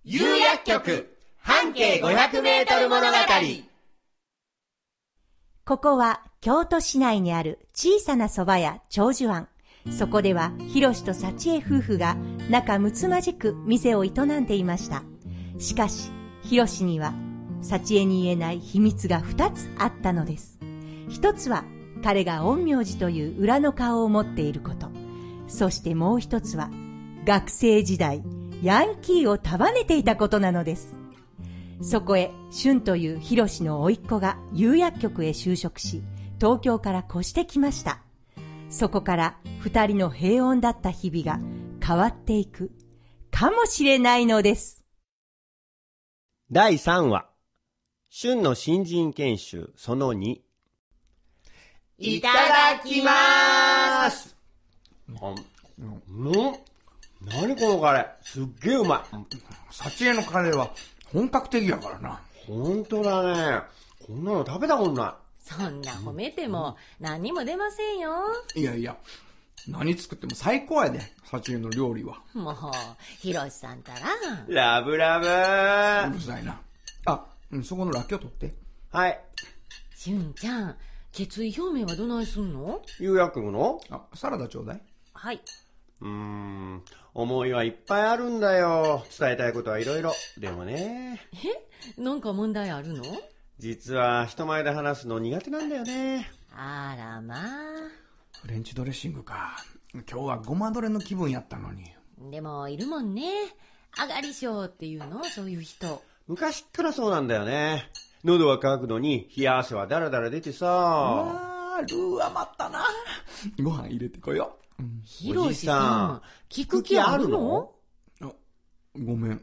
Speaker 8: 有薬局半径500メートル物語
Speaker 3: ここは京都市内にある小さな蕎麦屋長寿庵。そこでは、ひろしと幸恵夫婦が仲睦まじく店を営んでいました。しかし、ひろしには、幸恵に言えない秘密が二つあったのです。一つは、彼が陰陽師という裏の顔を持っていること。そしてもう一つは、学生時代、ヤンキーを束ねていたことなのです。そこへ、俊というヒロシの甥っ子が釉薬局へ就職し、東京から越してきました。そこから二人の平穏だった日々が変わっていくかもしれないのです。
Speaker 8: 第3話旬の新人研修その2いただきますうんうん何このカレーすっげえうまい
Speaker 2: 幸恵のカレーは本格的やからな。
Speaker 8: 本当だねこんなの食べたことな
Speaker 9: そんな褒めても何にも出ませんよ。
Speaker 2: いやいや、何作っても最高やで、幸恵の料理は。
Speaker 9: もう、ひろしさんたら。
Speaker 8: いラブラ
Speaker 2: う
Speaker 8: ブ
Speaker 2: るさいな。あ、うん、そこのラッキョ取って。
Speaker 8: はい
Speaker 9: しゅんちゃん、決意表明はどないすんの
Speaker 8: 有薬部の
Speaker 2: あ、サラダちょうだい。
Speaker 9: はい。
Speaker 8: うーん思いはいっぱいあるんだよ伝えたいことはいろいろでもね
Speaker 9: なんか問題あるの
Speaker 8: 実は人前で話すの苦手なんだよね
Speaker 9: あらまあ。
Speaker 2: フレンチドレッシングか。今日はごまどれの気分やったのに。
Speaker 9: でも、いるもんね。上がり症っていうのそういう人。
Speaker 8: 昔っからそうなんだよね喉は渇くのに冷や汗はダラダラ出てさ
Speaker 2: あー、ルー余ったな。ご飯入れてこよう。
Speaker 9: ひろ
Speaker 8: おじ
Speaker 9: し
Speaker 8: さ
Speaker 9: さ
Speaker 8: ん
Speaker 9: ん、聞く気あるの
Speaker 2: ごめん。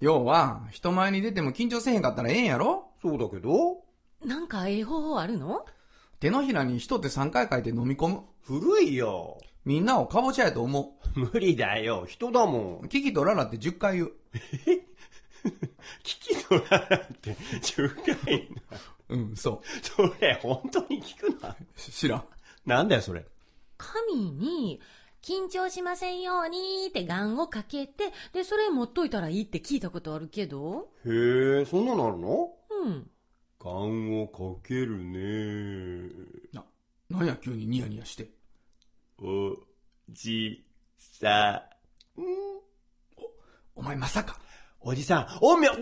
Speaker 2: 要は、人前に出ても緊張せえへんかったらええんやろ
Speaker 8: そうだけど、
Speaker 9: なんかええ方法あるの
Speaker 2: 手のひらに人って3回書いて飲み込む。
Speaker 8: 古いよ。
Speaker 2: みんなをカボチャやと思
Speaker 8: 無理だよ。人だも
Speaker 2: う。
Speaker 8: ん。
Speaker 2: キキとララって10回言う。
Speaker 8: キキのララって10回
Speaker 2: う
Speaker 8: な。
Speaker 2: ん、そ
Speaker 8: それ、本当に聞くな。
Speaker 2: う。し知らん。
Speaker 8: なんだよ、それ。
Speaker 9: 神に、緊張しませんようにって願をかけて、で、それ持っといたらいいって聞いたことあるけど。
Speaker 8: へえ、そんなのあるの
Speaker 9: うん。
Speaker 8: 勘をかけるね。
Speaker 2: なんや急にニヤニヤして。
Speaker 8: お、じ、さ、
Speaker 2: お前まさか。
Speaker 8: おじさん、おめ、お、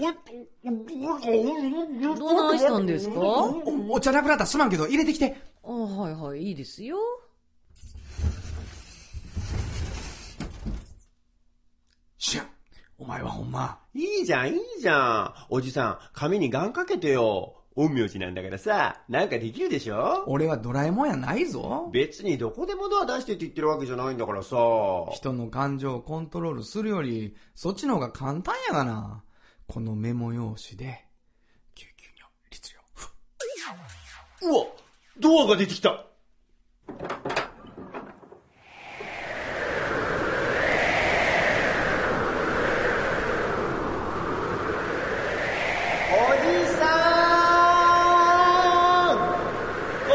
Speaker 9: どないしたんですか
Speaker 2: お、お茶なくなったすまんけど入れてきて。
Speaker 9: あはいはい、いいですよ。
Speaker 2: 知らん。お前はほんま。
Speaker 8: いいじゃん、いいじゃん。おじさん、髪に願かけてよ。陰陽師なんだからさ、なんかできるでしょ
Speaker 2: 俺はドラえもんやないぞ。
Speaker 8: 別にどこでもドア出してって言ってるわけじゃないんだからさ。
Speaker 2: 人の感情をコントロールするより、そっちの方が簡単やがな。このメモ用紙で、救急に律令。ふっ
Speaker 8: うわドアが出てきたおじさんここどこ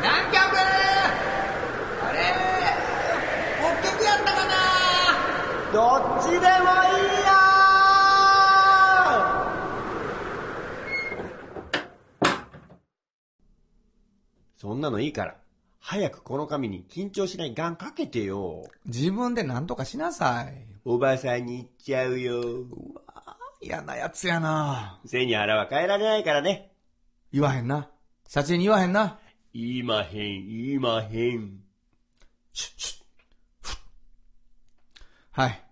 Speaker 2: 南極あれ北極やったかな
Speaker 8: どっちでもいいやそんなのいいから。早くこの紙に緊張しない願かけてよ。
Speaker 2: 自分で何とかしなさい。
Speaker 8: おばさんに言っちゃうよ。
Speaker 2: 嫌なやつやな。
Speaker 8: 背に腹は変えられないからね。
Speaker 2: 言わへんな。幸に言わへんな。
Speaker 8: 言いまへん、言いまへん。
Speaker 2: シュッシュッふっはい。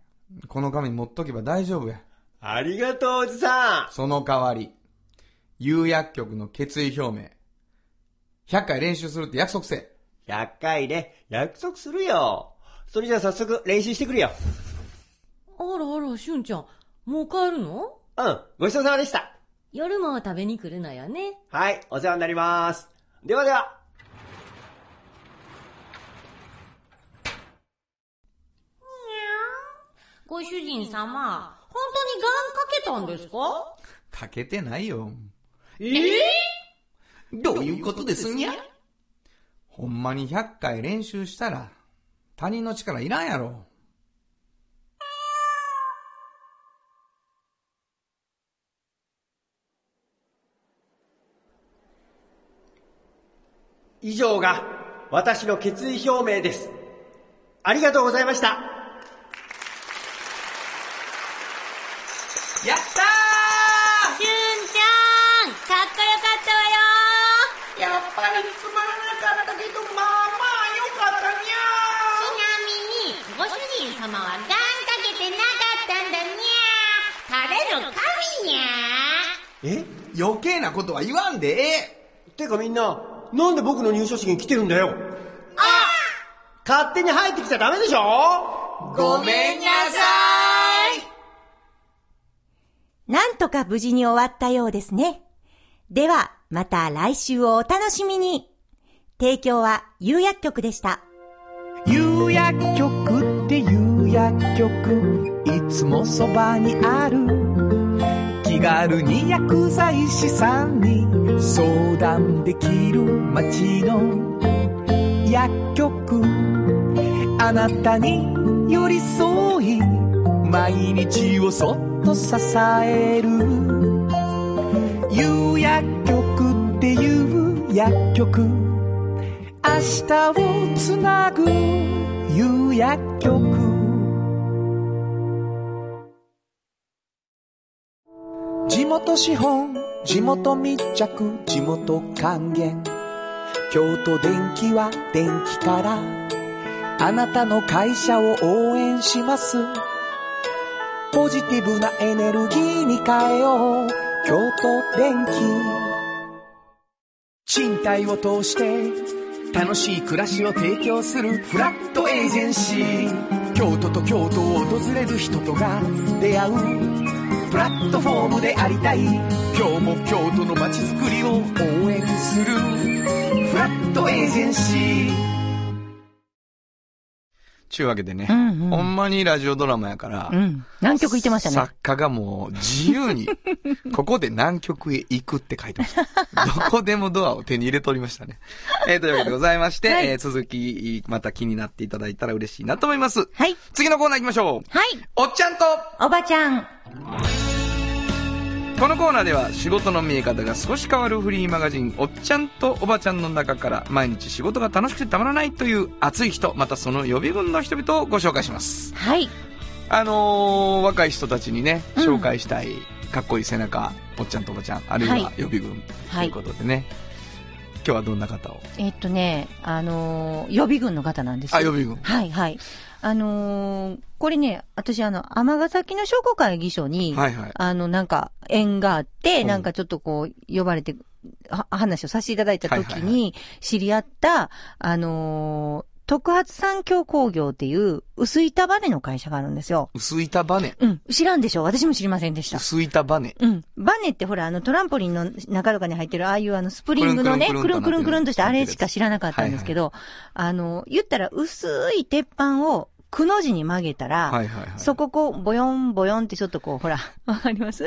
Speaker 2: この紙持っとけば大丈夫や。
Speaker 8: ありがとう、おじさ
Speaker 2: その代わり、有薬局の決意表明。100回練習するって約束せえ。
Speaker 8: ん !100 回ね、約束するよ。それじゃあ早速練習してくるよ。
Speaker 9: あらあら、しゅんちゃん、もう帰るの
Speaker 8: うん、ごちそうさまでした。
Speaker 9: 夜も食べに来るなよね。
Speaker 8: はい、お世話になります。ではでは。
Speaker 9: ご主人様、本当にガンかけたんですか
Speaker 2: かけてないよ。
Speaker 9: ええ
Speaker 2: どういうことですにゃほんまに100回練習したら、他人の力いらんやろ。
Speaker 8: 以上が私の決意表明です。ありがとうございました。
Speaker 2: やった
Speaker 9: しゅんちゃん、かっこよかったわよ
Speaker 2: ーやっぱりつまらなかったけど、まあまあよかったに
Speaker 9: ちなみに、ご主人様はガンかけてなかったんだにゃー。食べる神にゃ
Speaker 8: え
Speaker 2: ゃ余計なことは言わんでええ
Speaker 8: てかみんな、なんで僕の入所式に来てるんだよあ勝手に入ってきちゃダメでしょ
Speaker 2: ごめんなさ
Speaker 3: なんとか無事に終わったようですね。では、また来週をお楽しみに。提供は有薬局でした。
Speaker 4: 有薬局っていう薬局いつもそばにある気軽に薬剤師さんに相談できる街の薬局あなたに寄り添い毎日をそっと支える有薬局っていう薬局明日をつなぐ夕薬局地元資本地元密着地元還元京都電気は電気からあなたの会社を応援しますポジティブなエネルギーに変えよう京都電気賃貸を通して楽しい暮らしを提供するフラットエージェンシー京都と京都を訪れる人とが出会うプラットフォームでありたい今日も京都の街づくりを応援するフラットエージェンシー
Speaker 2: ちゅうわけでね、
Speaker 5: うんうん
Speaker 2: ほんまにラジオドラマやから、
Speaker 5: うん。何曲言ってましたね。
Speaker 2: 作家がもう自由
Speaker 5: [LAUGHS]
Speaker 2: に、ここで南極へ行くって書いてました。どこでもドアを手に入れておりました
Speaker 5: [LAUGHS]
Speaker 2: ね。えーというわけでございまして、
Speaker 5: はい
Speaker 2: えー続き、また気になっていただいたら嬉しいなと思います。
Speaker 5: はい。
Speaker 2: 次のコーナー行きましょう。
Speaker 5: はい。
Speaker 2: おっちゃんと
Speaker 5: おばちゃん。
Speaker 2: このコーナーでは仕事の見え方が少し変わるフリーマガジン「おっちゃんとおばちゃん」の中から毎日仕事が楽しくてたまらないという熱い人またその予備軍の人々をご紹介します
Speaker 5: はい。
Speaker 2: あのー若い人たちにね
Speaker 5: うん
Speaker 2: 紹介したいかっこいい背中、おっちゃんとおばちゃんあるいは
Speaker 5: はい
Speaker 2: 予備軍と
Speaker 5: はいいう
Speaker 2: ことでね、今日はどんな方を
Speaker 5: えっとね、あのー予備軍の方なんですよ
Speaker 2: あ予備軍
Speaker 5: はい、はい。あのーこれね、私あの、尼崎の商工会議所に、
Speaker 2: はいはい
Speaker 5: あの、なんか、縁があって、
Speaker 2: うん
Speaker 5: なんかちょっとこう、呼ばれて、は話をさせていただいた時
Speaker 2: はいはいは
Speaker 5: に、知り合った、あのー特発産業工業っていう、薄板バネの会社があるんですよ。
Speaker 2: 薄板バネ
Speaker 5: うん、知らんでしょ私も知りませんでした。
Speaker 2: 薄板バネ
Speaker 5: うん。バネってほら、あの、トランポリンの中とかに入ってる、ああいうあの、スプリングのね、
Speaker 2: く
Speaker 5: く
Speaker 2: る
Speaker 5: る
Speaker 2: ん
Speaker 5: ん
Speaker 2: く
Speaker 5: く
Speaker 2: る
Speaker 5: る
Speaker 2: ん
Speaker 5: ん
Speaker 2: く
Speaker 5: く
Speaker 2: る
Speaker 5: る
Speaker 2: ん
Speaker 5: ん
Speaker 2: と
Speaker 5: と
Speaker 2: し
Speaker 5: してて、
Speaker 2: なっ
Speaker 5: あ
Speaker 2: てるや
Speaker 5: れ
Speaker 2: つ
Speaker 5: しか知らなかったんですけど、あの、言ったら薄い鉄板を、くの字に曲げたら、
Speaker 2: はいはいはい
Speaker 5: そここう、ボヨンボヨンってちょっとこう、ほら、 [LAUGHS] わかります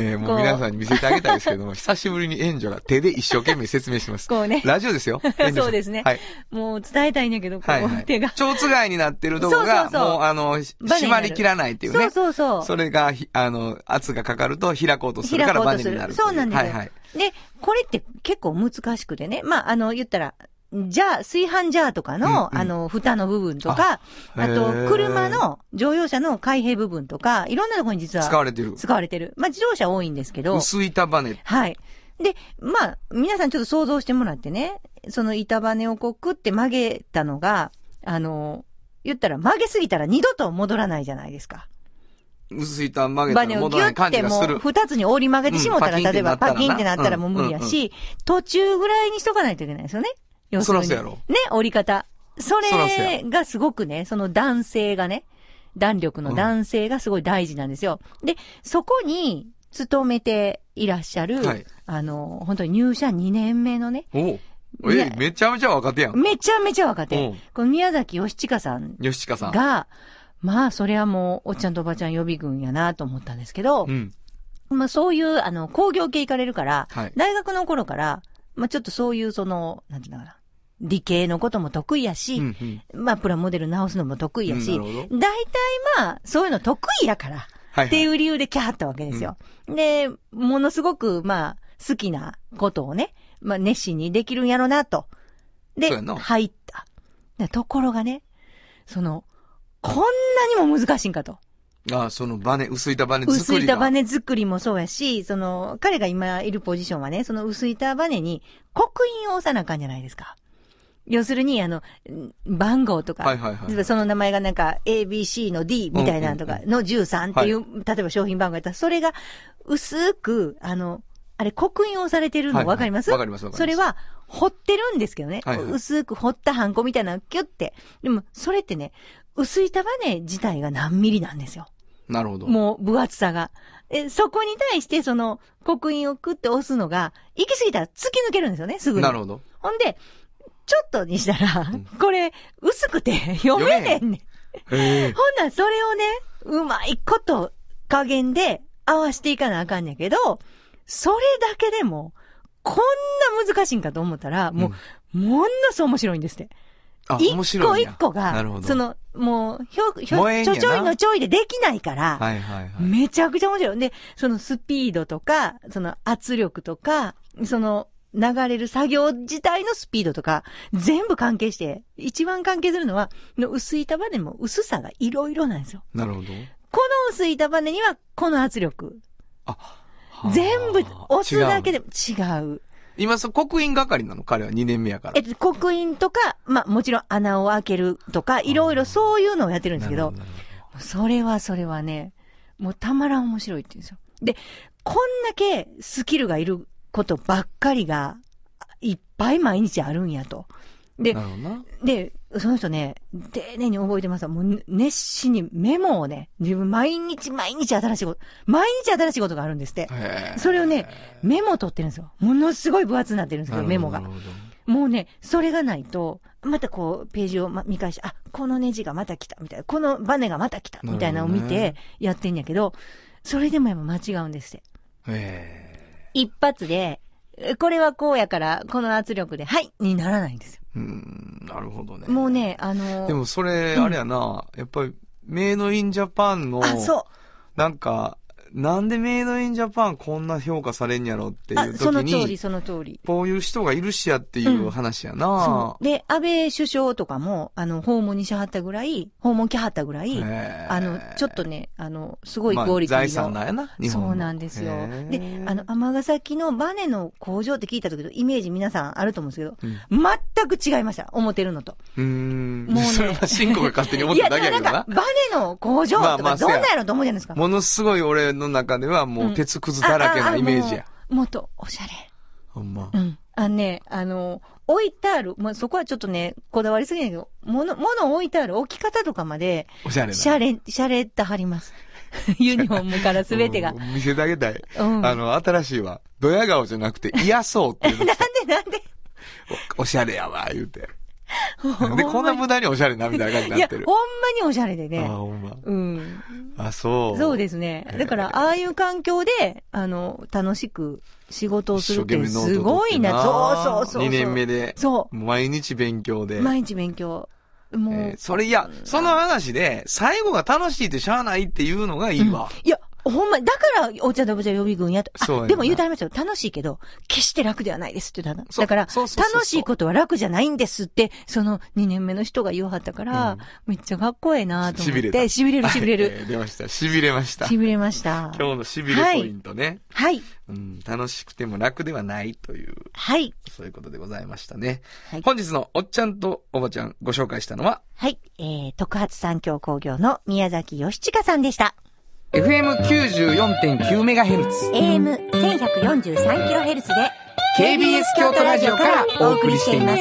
Speaker 2: えーも
Speaker 5: こ
Speaker 2: う
Speaker 5: う
Speaker 2: 皆さんに見せてあげたいですけ
Speaker 5: [LAUGHS]
Speaker 2: ども久しぶりに援助が手で一生懸命説明してます
Speaker 5: こうね。
Speaker 2: ラジオです
Speaker 5: [LAUGHS]
Speaker 2: よ援助さん
Speaker 5: そうですね
Speaker 2: はい
Speaker 5: もう伝えたいんだけど、こう、
Speaker 2: はい、はい。
Speaker 5: 手が。
Speaker 2: 蝶つがいになってるとこが、
Speaker 5: そうそうそう
Speaker 2: もう、あの、し
Speaker 5: バネ
Speaker 2: 締
Speaker 5: になる
Speaker 2: まりきらないっていうね。
Speaker 5: そうそうそう。
Speaker 2: それがひ、あの、圧がかかると開こうとするか
Speaker 5: 開
Speaker 2: ら
Speaker 5: こう
Speaker 2: バ
Speaker 5: と
Speaker 2: ネ
Speaker 5: す
Speaker 2: に
Speaker 5: る
Speaker 2: なる。
Speaker 5: そうなんですよ
Speaker 2: はいはい。
Speaker 5: で、これって結構難しくてね。まあ、あの、言ったら、ジャー、炊飯ジャーとかの、
Speaker 2: うんうん
Speaker 5: あの、蓋の部分とか、
Speaker 2: あ
Speaker 5: あ
Speaker 2: へー
Speaker 5: と、車の、乗用車の開閉部分とか、いろんなところに実は
Speaker 2: 使われてる。
Speaker 5: 使われてる。まあ、自動車多いんですけど、
Speaker 2: 薄板バネ。
Speaker 5: はい。で、まあ、皆さんちょっと想像してもらってね、その板バネをこう、くって曲げたのが、あの、言ったら曲げすぎたら二度と戻らないじゃないですか。
Speaker 2: 薄板曲げた
Speaker 5: バ
Speaker 2: ら
Speaker 5: ネを
Speaker 2: 戻
Speaker 5: ギ
Speaker 2: らな
Speaker 5: ュ
Speaker 2: い感
Speaker 5: っ
Speaker 2: じ
Speaker 5: て
Speaker 2: が
Speaker 5: も
Speaker 2: す
Speaker 5: う
Speaker 2: る。
Speaker 5: 二つに折り曲げてしもたら、
Speaker 2: うんパキンって
Speaker 5: 例えば
Speaker 2: なったらな
Speaker 5: パキンってなったらもう無理やし、途中ぐらいにしとかないといけないですよね。要するに。
Speaker 2: そらそうや
Speaker 5: ね、折り方。そ
Speaker 2: そらそうや
Speaker 5: れがすごくね、その男性がね、弾力の男性がすごい大事なんですよ。で、そこに勤めていらっしゃる、
Speaker 2: はい
Speaker 5: あの、本当に入社2年目のね、
Speaker 2: おお
Speaker 5: い
Speaker 2: え
Speaker 5: や、
Speaker 2: めちゃめちゃ若手やん。
Speaker 5: めちゃめちゃ若
Speaker 2: う
Speaker 5: 手
Speaker 2: ん。
Speaker 5: この宮崎義親さん
Speaker 2: 吉近さん。
Speaker 5: が、まあ、それはもう、おっちゃんとおばちゃん予備軍やなと思ったんですけど、
Speaker 2: うん。
Speaker 5: まあそういう、あの、工業系行かれるから、
Speaker 2: はい
Speaker 5: 大学の頃から、まあちょっとそういうその、なんていうのかな、理系のことも得意や
Speaker 2: う
Speaker 5: し、
Speaker 2: んうん。
Speaker 5: まあプラモデル直すのも得意やし、
Speaker 2: うんなるほ
Speaker 5: 大体まあそういうの得意やから、
Speaker 2: はいはい。
Speaker 5: っていう理由でキャーったわけですよ。で、ものすごく、まあ、好きなことをね、まあ熱心にできるんやろなと。で、
Speaker 2: そうやな
Speaker 5: 入った。でところがね、その、こんなにも難しいんかと。
Speaker 2: あ、そのバネ、薄板バネ
Speaker 5: 薄
Speaker 2: 作りが。
Speaker 5: 板バネ作りもそうやし、その、彼が今いるポジションはね、その薄板バネに刻印を押さなあかんじゃないですか。要するに、あの、ん番号とか、
Speaker 2: はいはいはい
Speaker 5: 例えばその名前がなんか ABC の D みたいなのと
Speaker 2: うん
Speaker 5: か
Speaker 2: う
Speaker 5: の13っていう、例えば商品番号やったら、それが薄く、あの、あれ刻印を押されて
Speaker 2: はい
Speaker 5: るの
Speaker 2: はい
Speaker 5: わかります
Speaker 2: わかりますわかります
Speaker 5: それは、彫ってるんですけどね。
Speaker 2: はいはい
Speaker 5: 薄く彫ったハンコみたいなのキュって。でも、それってね、薄板バネ自体が何ミリなんですよ。
Speaker 2: なるほど。
Speaker 5: もう分厚さが。え、そこに対してその刻印をクって押すのが、行き過ぎたら突き抜けるんですよね、すぐに。
Speaker 2: なるほど。
Speaker 5: ほんで、ちょっとにしたら、
Speaker 2: うん
Speaker 5: これ、薄くて読めねんねん。
Speaker 2: へえ。
Speaker 5: ほんならそれをね、うまいこと加減で合わしていかなあかんねんけど、それだけでも、こんな難しいんかと思ったら、もう、ものすごい面白いんですって。
Speaker 2: あ、
Speaker 5: 一
Speaker 2: 面白
Speaker 5: 個
Speaker 2: いん
Speaker 5: 一
Speaker 2: や。
Speaker 5: 個
Speaker 2: な
Speaker 5: が
Speaker 2: るほ、ど
Speaker 5: その、もう、ひょ、ひょ
Speaker 2: 萌えん、
Speaker 5: ち
Speaker 2: や
Speaker 5: ょ
Speaker 2: な
Speaker 5: ちょいのちょいでできないから、
Speaker 2: はいはいはい。
Speaker 5: めちゃくちゃ面白い。で、そのスピードとか、その圧力とか、その流れる作業自体のスピードとか、全部関係して、一番関係するのは、の薄い束ねも薄さがいろいろなんですよ。
Speaker 2: なるほど。
Speaker 5: この薄い束ねには、この圧力。
Speaker 2: はあ
Speaker 5: 全部押すだけ
Speaker 2: 違う
Speaker 5: でも違う。
Speaker 2: 今、そ、刻印係なの彼は2年目やから。
Speaker 5: えっと、刻印とか、まあもちろん穴を開けるとか、いろいろそういうのをやってるんですけど
Speaker 2: なるほ、どなるほど
Speaker 5: それはそれはね、もうたまらん面白いって言うんですよ。で、こんだけスキルがいることばっかりが、いっぱい毎日あるんやと。で
Speaker 2: な、るほどな。
Speaker 5: で、その人ね、丁寧に覚えてますわもうね熱心にメモをね、自分毎日毎日新しいこと、毎日新しいことがあるんですって。
Speaker 2: へー
Speaker 5: それをね、メモを取ってるんですよ。ものすごい分厚になってるんです
Speaker 2: なるほど
Speaker 5: よ、メモが
Speaker 2: なる。ほど
Speaker 5: もうね、それがないと、またこう、ページをま見返して、あ、このネジがまた来た、みたいな、このバネがまた来た、みたいなのを見
Speaker 2: なる
Speaker 5: て、やってんやけど、それでもやっぱ間違うんですって。
Speaker 2: へ
Speaker 5: 一発で、えこれはこうやから、この圧力で、はいにならないんですよ。
Speaker 2: ーうん、なるほどね。
Speaker 5: もう。ね、あのー
Speaker 2: でもそれ、あれやな、やっぱり、メイドインジャパンの、
Speaker 5: あ、そう。
Speaker 2: なんか、なんでメイドインジャパンこんな評価されんやろってい
Speaker 5: あ
Speaker 2: う、
Speaker 5: その
Speaker 2: 時
Speaker 5: 通り、
Speaker 2: に、
Speaker 5: その通り。
Speaker 2: こういう人がいるしやっていう話やな
Speaker 5: そう。。で、安倍首相とかも、あの、訪問にしはったぐらい、訪問来はったぐらい、
Speaker 2: へー
Speaker 5: あの、ちょっとね、あの、すごい
Speaker 2: まあ
Speaker 5: クオリティの、
Speaker 2: 財産なんやな、日本の
Speaker 5: そうなんですよ
Speaker 2: へ。ー
Speaker 5: で、あの、尼崎のバネの工場って聞いた時のイメージ皆さんあると思うんですけど、全く違いました。思ってるのと。
Speaker 2: うーん。
Speaker 5: もうね
Speaker 2: それはシンコが勝手に思っ
Speaker 5: い
Speaker 2: て
Speaker 5: や、
Speaker 2: る
Speaker 5: で
Speaker 2: だ
Speaker 5: も
Speaker 2: けや
Speaker 5: な
Speaker 2: けど
Speaker 5: ん
Speaker 2: な、。
Speaker 5: かバネの工場
Speaker 2: まあ
Speaker 5: と
Speaker 2: ま
Speaker 5: か
Speaker 2: あ
Speaker 5: どんなんやろと思うじゃないですか。
Speaker 2: ものすごい俺の中ではもう鉄くずだらけ
Speaker 5: ああ
Speaker 2: の
Speaker 5: あ
Speaker 2: イメージや。
Speaker 5: もうもっとおしゃれ。
Speaker 2: ほんま
Speaker 5: う。ん。あのね、あの、置いてある、まあ、そこはちょっとね、こだわりすぎないけど、もの、もの置いてある置き方とかまで、
Speaker 2: おしゃれな。
Speaker 5: シャレ、シャレって貼ります。 [LAUGHS] ユニフォームから全てが。
Speaker 2: [LAUGHS] うん見せてあげたい。
Speaker 5: うん
Speaker 2: あの、新しいわ。ドヤ顔じゃなくて、嫌そうっていうの
Speaker 5: [LAUGHS] なんでなんで
Speaker 2: おおしゃれやわ、言うて。なんでこんな無駄におしゃれな、みたいな感じに
Speaker 5: い
Speaker 2: な
Speaker 5: や、
Speaker 2: っ
Speaker 5: ほ
Speaker 2: て
Speaker 5: ん
Speaker 2: る。
Speaker 5: まにおしゃれで
Speaker 2: あ
Speaker 5: ね。
Speaker 2: ほんま。
Speaker 5: うん。
Speaker 2: あ、そう。
Speaker 5: そうですね。だから、ああいう環境で、あの、楽しく仕事をするってすごいな。そうそうそうそう。
Speaker 2: 2年目で。
Speaker 5: そう
Speaker 2: 毎日勉強で。
Speaker 5: 毎日勉強。もう、
Speaker 2: えーそれいや、その話で、最後が楽しいってしゃあないっていうのがいいわ。
Speaker 5: いや、ほんまに、だから、お茶とお茶予備軍やと。あ
Speaker 2: そうやな
Speaker 5: でも言うてありましたよ。楽しいけど、決して楽ではないですって言うたの
Speaker 2: そう
Speaker 5: だから、
Speaker 2: そうそうそうそう
Speaker 5: 楽しいことは楽じゃないんですって、その2年目の人が言わはったから、めっちゃかっこええなと思って。
Speaker 2: 痺れた
Speaker 5: 痺れる、痺れ
Speaker 2: はい [LAUGHS] え
Speaker 5: る。
Speaker 2: ー出ました。痺れました。
Speaker 5: 痺れました。
Speaker 2: 今日の痺れポイントね、
Speaker 5: はい。
Speaker 2: うん。楽しくても楽ではないという、
Speaker 5: はい。
Speaker 2: そういうことでございましたね。
Speaker 5: はい
Speaker 2: 本日のおっちゃんとおばちゃんご紹介したのは、
Speaker 5: はい。えー、特発産業工業の宮崎義親さんでした。
Speaker 2: FM94.9MHz。
Speaker 3: AM1143kHz で
Speaker 2: KBS 京都ラジオからお送りしています。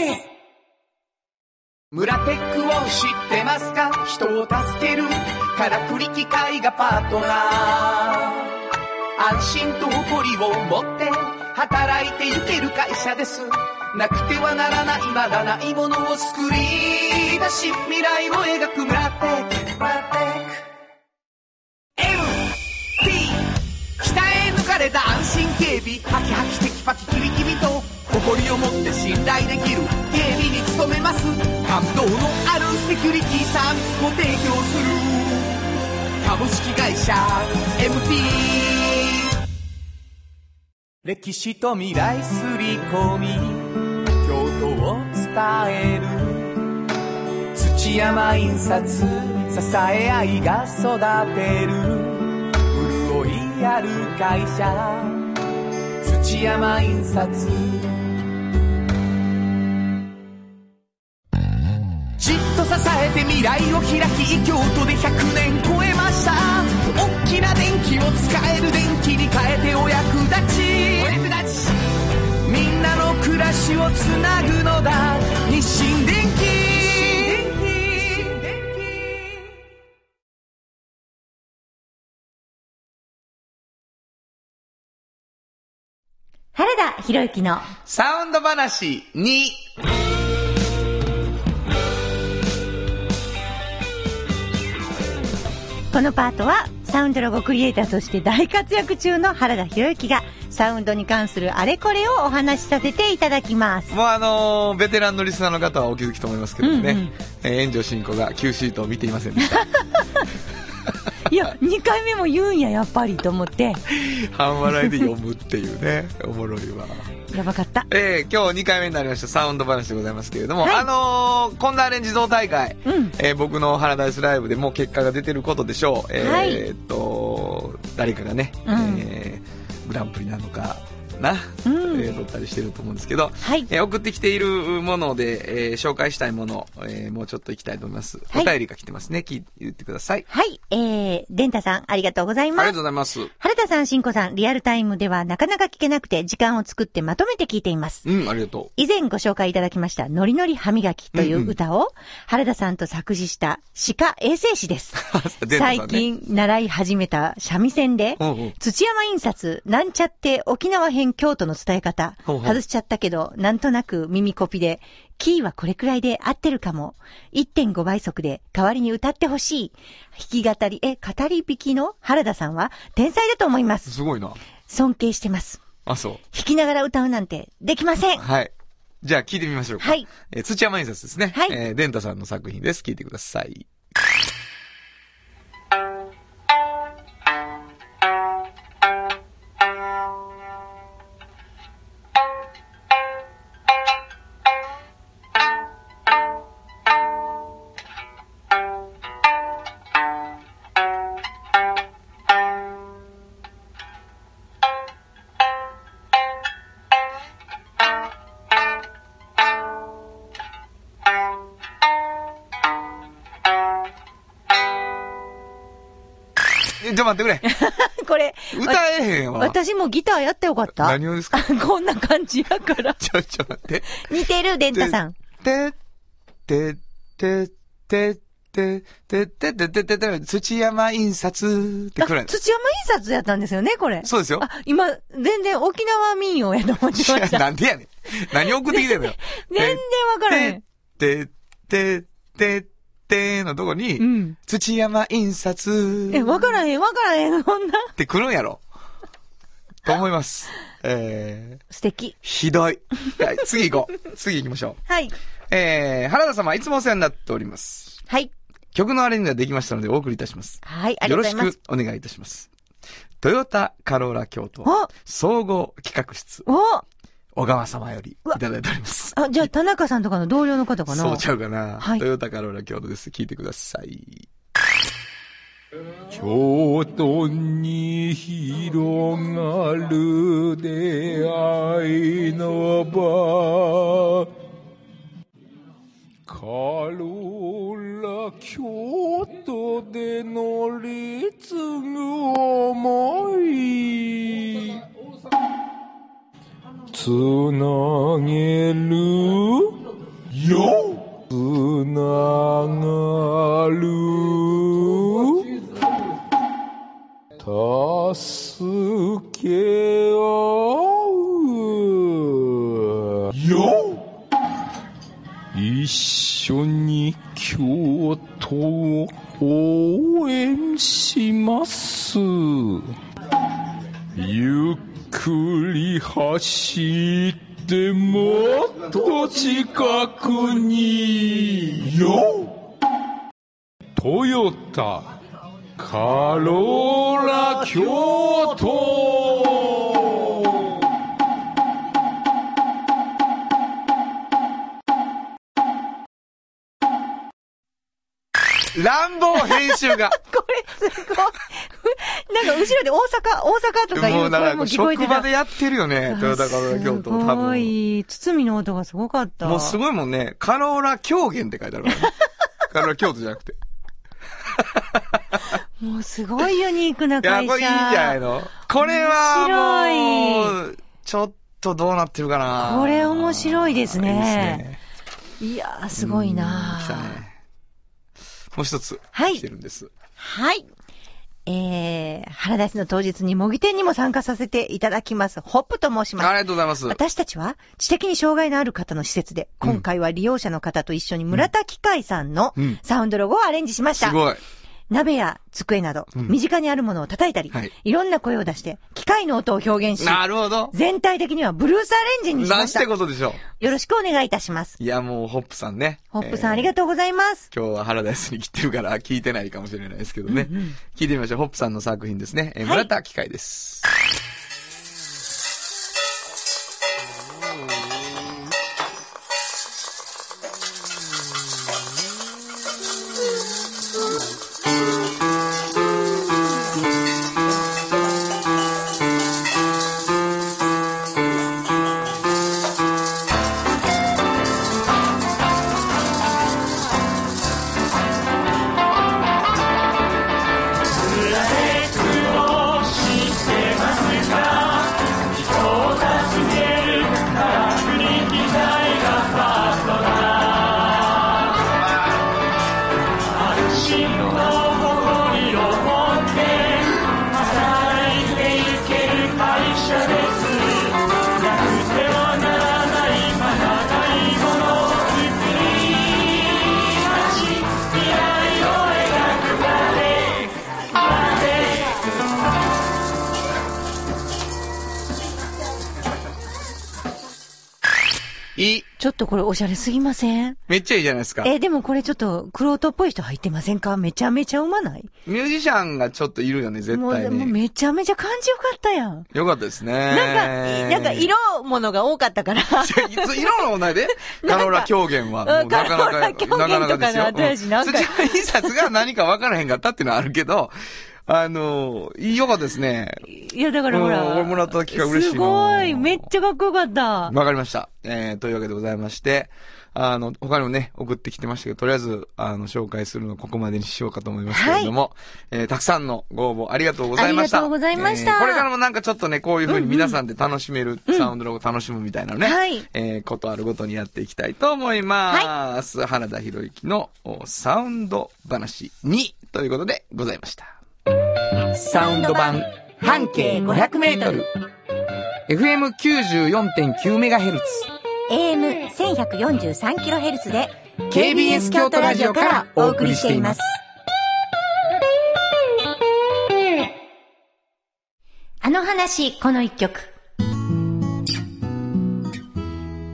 Speaker 4: 村テックを知ってますか人を助けるからくり機械がパートナー安心と誇りを持って働いてゆける会社ですなくてはならないまだないものを作り出し未来を描く村テック村テック MT 北へ抜かれた安心警備ハキハキテキパキキビキビと誇りを持って信頼できる警備に努めます感動のあるセキュリティサービスを提供する株式会社 MT 歴史と未来すり込み京都を伝える土山印刷支え合いが育てる潤いある会社土山印刷じっと支えて未来を開き京都で100年超えました大きな電気を使える電気に変えてお役立ちお役立ちみんなの暮らしをつなぐのだ日清電機
Speaker 3: 原田博之の
Speaker 2: サウンド話に
Speaker 5: このパートはサウンドロゴクリエイターとして大活躍中の原田博之がサウンドに関するあれこれをお話しさせていただきます。
Speaker 2: もうあのーベテランのリスナーの方はお気づきと思いますけどね、
Speaker 5: うんうん
Speaker 2: えー、炎上進行が Q シートを見ていませんでした。
Speaker 5: [LAUGHS] いや、2回目も言うんや、やっぱりと思って。
Speaker 2: 半笑いで読むっていう
Speaker 5: [LAUGHS]
Speaker 2: ね、おもろいわ。
Speaker 5: やばかった。
Speaker 2: えー、今日2回目になりましたサウンド話でございますけれども、
Speaker 5: はい
Speaker 2: あのーこんなアレンジ像大会、
Speaker 5: うん
Speaker 2: えー僕のハラダイスライブでもう結果が出てることでしょう。えー
Speaker 5: はい
Speaker 2: えーっと、誰かがね、
Speaker 5: うん
Speaker 2: えーグランプリなのか、な、
Speaker 5: うん
Speaker 2: えー撮ったりしてると思うんですけど、
Speaker 5: はい。
Speaker 2: えー送ってきているもので、えー紹介したいもの、えーもうちょっといきたいと思います。
Speaker 5: はい
Speaker 2: お便りが来てますね。聞い言ってください。
Speaker 5: はい。えー、デンタさん、ありがとうござい
Speaker 2: ありが
Speaker 5: ま
Speaker 2: とう
Speaker 5: す。
Speaker 2: ございます。
Speaker 5: 原田さん、しんこさん、リアルタイムではなかなか聞けなくて、時間を作ってまとめて聞いています。
Speaker 2: うん、ありがと
Speaker 5: 以前ご紹介いただきました、ノリノリ歯磨きとい
Speaker 2: んう
Speaker 5: うん歌を、原田さんと作詞した歯科衛生士です。
Speaker 2: [LAUGHS] う。データさんね
Speaker 5: 最。近習い始めた三味線で、
Speaker 2: うんうん
Speaker 5: 土山印刷、なんちゃって沖縄編京都の伝え方、
Speaker 2: ほうほう
Speaker 5: 外しちゃったけど、なんとなく耳コピで、キーはこれくらいで合ってるかも。1.5倍速で代わりに歌ってほしい。弾き語り、え、語り弾きの原田さんは天才だと思います。
Speaker 2: すごいな。
Speaker 5: 尊敬してます。
Speaker 2: あ、そ
Speaker 5: 弾きながら歌うなんてできませ
Speaker 2: [LAUGHS]
Speaker 5: ん
Speaker 2: う。。はい。じゃあ聞いてみましょうか。
Speaker 5: はい。
Speaker 2: えー土山印刷ですね。
Speaker 5: はい
Speaker 2: えーデンタさんの作品です。聞いてください。えちょ、待ってくれ。
Speaker 5: これ、 [LAUGHS]
Speaker 2: 歌えへんわ。
Speaker 5: 私もギターやってよかった。
Speaker 2: 何をですか
Speaker 5: [LAUGHS] こんな感じやから。
Speaker 2: [LAUGHS] ちょ、ちょ、待って。
Speaker 5: 似てる、デンタさん。
Speaker 2: て、て、て、て、て、て、て、て、て、て、て、土山印刷って
Speaker 5: あ
Speaker 2: くらい。
Speaker 5: 土山印刷やったんですよね、これ。
Speaker 2: そうですよ。
Speaker 5: あ、今、全然沖縄民謡やと思ってま
Speaker 2: い [LAUGHS] や
Speaker 5: した。
Speaker 2: なんでやねん。何送ってき
Speaker 5: [LAUGHS]
Speaker 2: てんのよ。
Speaker 5: 全然わからへん。
Speaker 2: て、て、て、て、てのとこ
Speaker 5: う
Speaker 2: に、
Speaker 5: ん。
Speaker 2: 土山印刷。
Speaker 5: え、わからへん、わからへん、こんな。
Speaker 2: ってくるんやろ。と思います。えー、
Speaker 5: 素敵。
Speaker 2: ひどい。はい、次行こう。次行きましょう。
Speaker 5: はい。
Speaker 2: えー、原田様、いつもお世話になっております。
Speaker 5: はい。
Speaker 2: 曲のアレンジができましたのでお送りいたします。
Speaker 5: はい、あり
Speaker 2: よろ
Speaker 5: がとう
Speaker 2: し
Speaker 5: ございます
Speaker 2: く。お願いいたします。トヨタカローラ京都
Speaker 5: あ
Speaker 2: 総合企画室
Speaker 5: お
Speaker 2: 小川様より
Speaker 5: うわ
Speaker 2: いただいております。
Speaker 5: あ、じゃあ、田中さんとかの同僚の方かな
Speaker 2: そうちゃうかな。
Speaker 5: はい
Speaker 2: トヨタカローラ京都です。聞いてください。
Speaker 10: 京都に広がる出会いの場カローラ京都で乗り継ぐ思いつなげるよつながる助け合うよ一緒に京都を応援しますゆっくり走ってもっと近くによトヨタカローラ京都
Speaker 2: 乱暴編集が
Speaker 5: これ、すごい。なんか、後ろで大阪、大阪とか
Speaker 2: も
Speaker 5: いう
Speaker 2: うな
Speaker 5: 声
Speaker 2: ん
Speaker 5: も
Speaker 2: か
Speaker 5: 聞こえて
Speaker 2: 職
Speaker 5: た。
Speaker 2: 場でやってるよね。トヨタカローラ京都
Speaker 5: す
Speaker 2: 多
Speaker 5: ご
Speaker 2: 分。
Speaker 5: い。包みの音がすごかった。
Speaker 2: もうすごいもんね。カローラ狂言って書いてあるから
Speaker 5: [LAUGHS]
Speaker 2: ね。カローラ京都じゃなくて。
Speaker 5: もうすごいユニークない
Speaker 2: や、
Speaker 5: 会社。
Speaker 2: これいいんじゃないのこれは
Speaker 5: 面
Speaker 2: もう、ちょっとどうなってるかな
Speaker 5: これ面白いで
Speaker 2: です
Speaker 5: ね。。いやー、すごいな
Speaker 2: うん来た
Speaker 5: ー
Speaker 2: ね。もう一つ、
Speaker 5: はい
Speaker 2: 来てるんです。
Speaker 5: はい。えー、原田市の当日に模擬店にも参加させていただきます。ホップと申し
Speaker 2: あ
Speaker 5: ま
Speaker 2: り
Speaker 5: す。
Speaker 2: がとうございます。
Speaker 5: 私たちは知的に障害のある方の施設で、今回は利用者の方と一緒に村田機械さんの
Speaker 2: うん
Speaker 5: サウンドロゴをアレンジしました。
Speaker 2: すごい。
Speaker 5: 鍋や机など、
Speaker 2: ん
Speaker 5: 身近にあるものを叩いたり、
Speaker 2: はい
Speaker 5: い、ろんな声を出して、機械の音を表現し、
Speaker 2: なるほど。
Speaker 5: 全体的にはブルースアレンジにし
Speaker 2: な
Speaker 5: ま
Speaker 2: ん
Speaker 5: した。
Speaker 2: て
Speaker 5: よ
Speaker 2: ことでしょ
Speaker 5: ろしくお願いいたします。
Speaker 2: う。いや、もう、ホップさんね。
Speaker 5: ホップさん、あり
Speaker 2: とう。
Speaker 5: がとうございます。
Speaker 2: 今日は原田康に来てるから聞いてないかもしれないですけどね。聞いてみましょう。ホップさんの作品ですね。えー
Speaker 5: はい
Speaker 2: 村田機械です。
Speaker 5: 「
Speaker 2: いい。
Speaker 11: ちょっとこれおしゃれすぎません
Speaker 2: めっちゃいいじゃないですか。
Speaker 11: え、でもこれちょっと、クロートっぽい人入ってませんかめちゃめちゃうまない
Speaker 2: ミュージシャンがちょっといるよね、絶
Speaker 11: も
Speaker 2: 対
Speaker 11: う、もう
Speaker 2: に。
Speaker 11: めちゃめちゃ感じよかったやん。
Speaker 2: よかったですね。
Speaker 11: なんか、なんか色物が多かったから。
Speaker 2: いやいつ色の問題で、
Speaker 11: なんか
Speaker 2: カロラ狂言は、もうなかな
Speaker 11: カロラ狂言
Speaker 2: か、
Speaker 11: とか
Speaker 2: なかなかです
Speaker 11: な私
Speaker 2: よ。うん
Speaker 11: なんか
Speaker 2: 土屋印刷が何か分からへんかったっていうのはあるけど、あの、よかったですね。
Speaker 11: いや、だからほら。
Speaker 2: うん俺もらった時から嬉しい
Speaker 11: す
Speaker 2: な
Speaker 11: ごい。めっちゃかっこよかった。
Speaker 2: わかりました。えー、というわけでございまして、あの、他にもね、送ってきてましたけど、とりあえず、あの、紹介するのはここまでにしようかと思いますけれども、えー、たくさんのご応募ありがとうございました。
Speaker 11: ありがとうございました
Speaker 2: えーこれからもなんかちょっとね、こういう風に皆さんで楽しめる、サウンドロゴ楽しむみたいなのね、
Speaker 11: はい
Speaker 2: えー、ことあるごとにやっていきたいと思います。原田博之のおサウンド話2ということでございました。
Speaker 4: サウンド版半径500メートル
Speaker 2: FM94.9MHz
Speaker 5: AM1143kHz で
Speaker 4: KBS 京都ラジオからお送りしています。
Speaker 5: あの話、この一曲。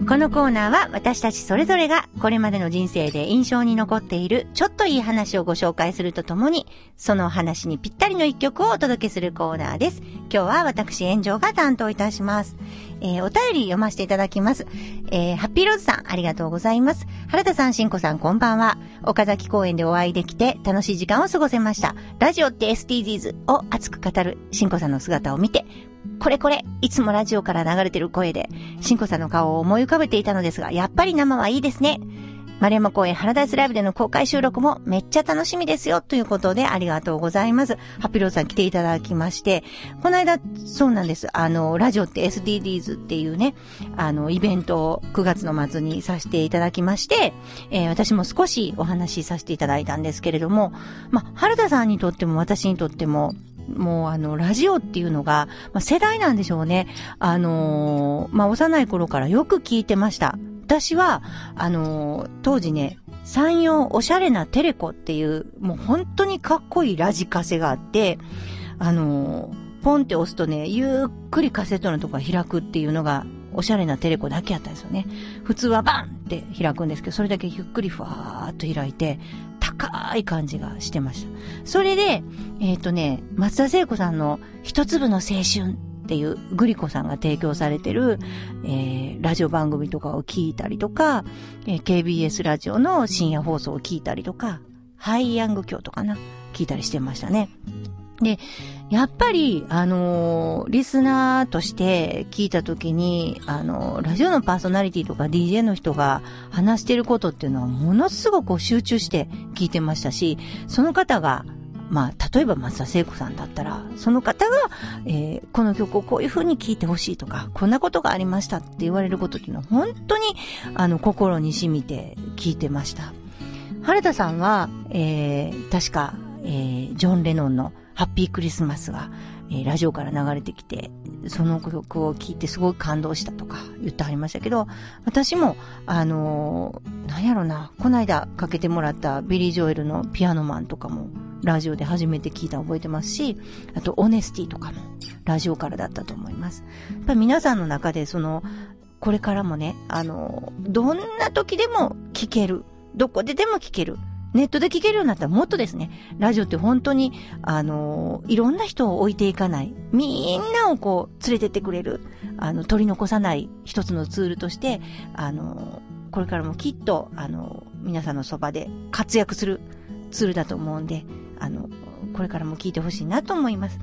Speaker 5: このコーナーは私たちそれぞれがこれまでの人生で印象に残っているちょっといい話をご紹介するとともに、その話にぴったりの一曲をお届けするコーナーです。今日は私、炎上が担当いたします。えーお便り読ませていただきます。えーハッピーローズさん、ありがとうございます。原田さん、しんこさん、こんばんは。岡崎公園でお会いできて、楽しい時間を過ごせました。ラジオって SDGs を熱く語る、しんこさんの姿を見て、これこれ、いつもラジオから流れてる声で、しんこさんの顔を思い浮かべていたのですが、やっぱり生はいいですね。丸山公園ハラダイスライブでの公開収録もめっちゃ楽しみですよということでありがとうございます。ハッピーローズさん来ていただきまして、この間、そうなんです。あの、ラジオって SDGs っていうね、あの、イベントを9月の末にさせていただきまして、えー私も少しお話しさせていただいたんですけれども、まあ、原田さんにとっても私にとっても、もうあの、ラジオっていうのが、まあ、世代なんでしょうね。あのーまあ、幼い頃からよく聞いてました。私は、あのー当時ね、山陽おしゃれなテレコっていう、もう本当にかっこいいラジカセがあって、あのーポンって押すとね、ゆっくりカセットのとこが開くっていうのが、おしゃれなテレコだけやったんですよね。普通はバンって開くんですけど、それだけゆっくりふわーっと開いて、高い感じがしてました。それで、えっ、とね、松田聖子さんの一粒の青春っていうグリコさんが提供されてる、えーラジオ番組とかを聞いたりとか、えー KBS ラジオの深夜放送を聞いたりとか、ハイヤング教とかな、聞いたりしてましたね。で、やっぱり、あのーリスナーとして聞いたときに、あのーラジオのパーソナリティとか DJ の人が話してることっていうのはものすごくこう集中して聞いてましたし、その方が、まあ、例えば松田聖子さんだったら、その方が、えーこの曲をこういう風に聴いてほしいとか、こんなことがありましたって言われることっていうのは本当に、あの、心に染みて聞いてました。原田さんは、えー、確か、えー、ジョン・レノンのハッピークリスマスが、えー、ラジオから流れてきて、その曲を聴いてすごく感動したとか言ってはりましたけど、私も、あのーなんやろな、こないだかけてもらったビリー・ジョエルのピアノマンとかも、ラジオで初めて聞いた覚えてますし、あと、オネスティとかも、ラジオからだったと思います。やっぱり皆さんの中で、その、これからもね、あの、どんな時でも聞ける。どこででも聞ける。ネットで聞けるようになったらもっとですね、ラジオって本当に、あの、いろんな人を置いていかない。みんなをこう、連れてってくれる。あの、取り残さない一つのツールとして、あの、これからもきっと、あの、皆さんのそばで活躍するツールだと思うんで、あの、これからも聞いてほしいなと思います。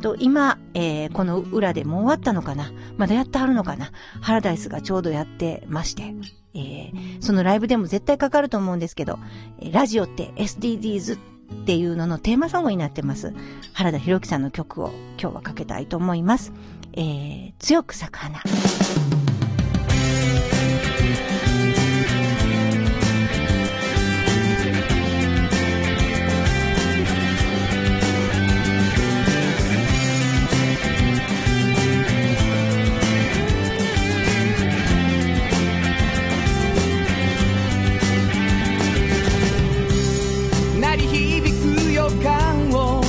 Speaker 5: と、今、えーこの裏でもう終わったのかなまだやってはるのかなハラダイスがちょうどやってまして。えーそのライブでも絶対かかると思うんですけど、えーラジオって SDGs っていうののテーマソングになってます。原田博之さんの曲を今日はかけたいと思います。えー強く咲く花。
Speaker 4: 鳴り響く予感を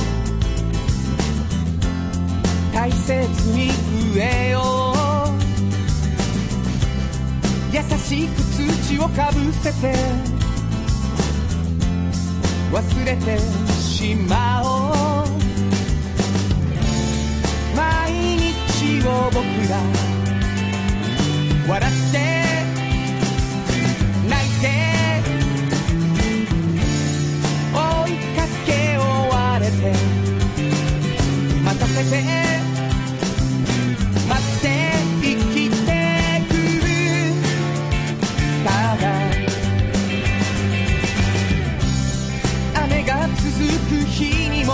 Speaker 4: 大切に植えよう優ししく土をかぶせて忘れてしまおう毎日を僕ら笑って泣いて追いかけ追われて待たせて待って生きてくから雨が続く日にも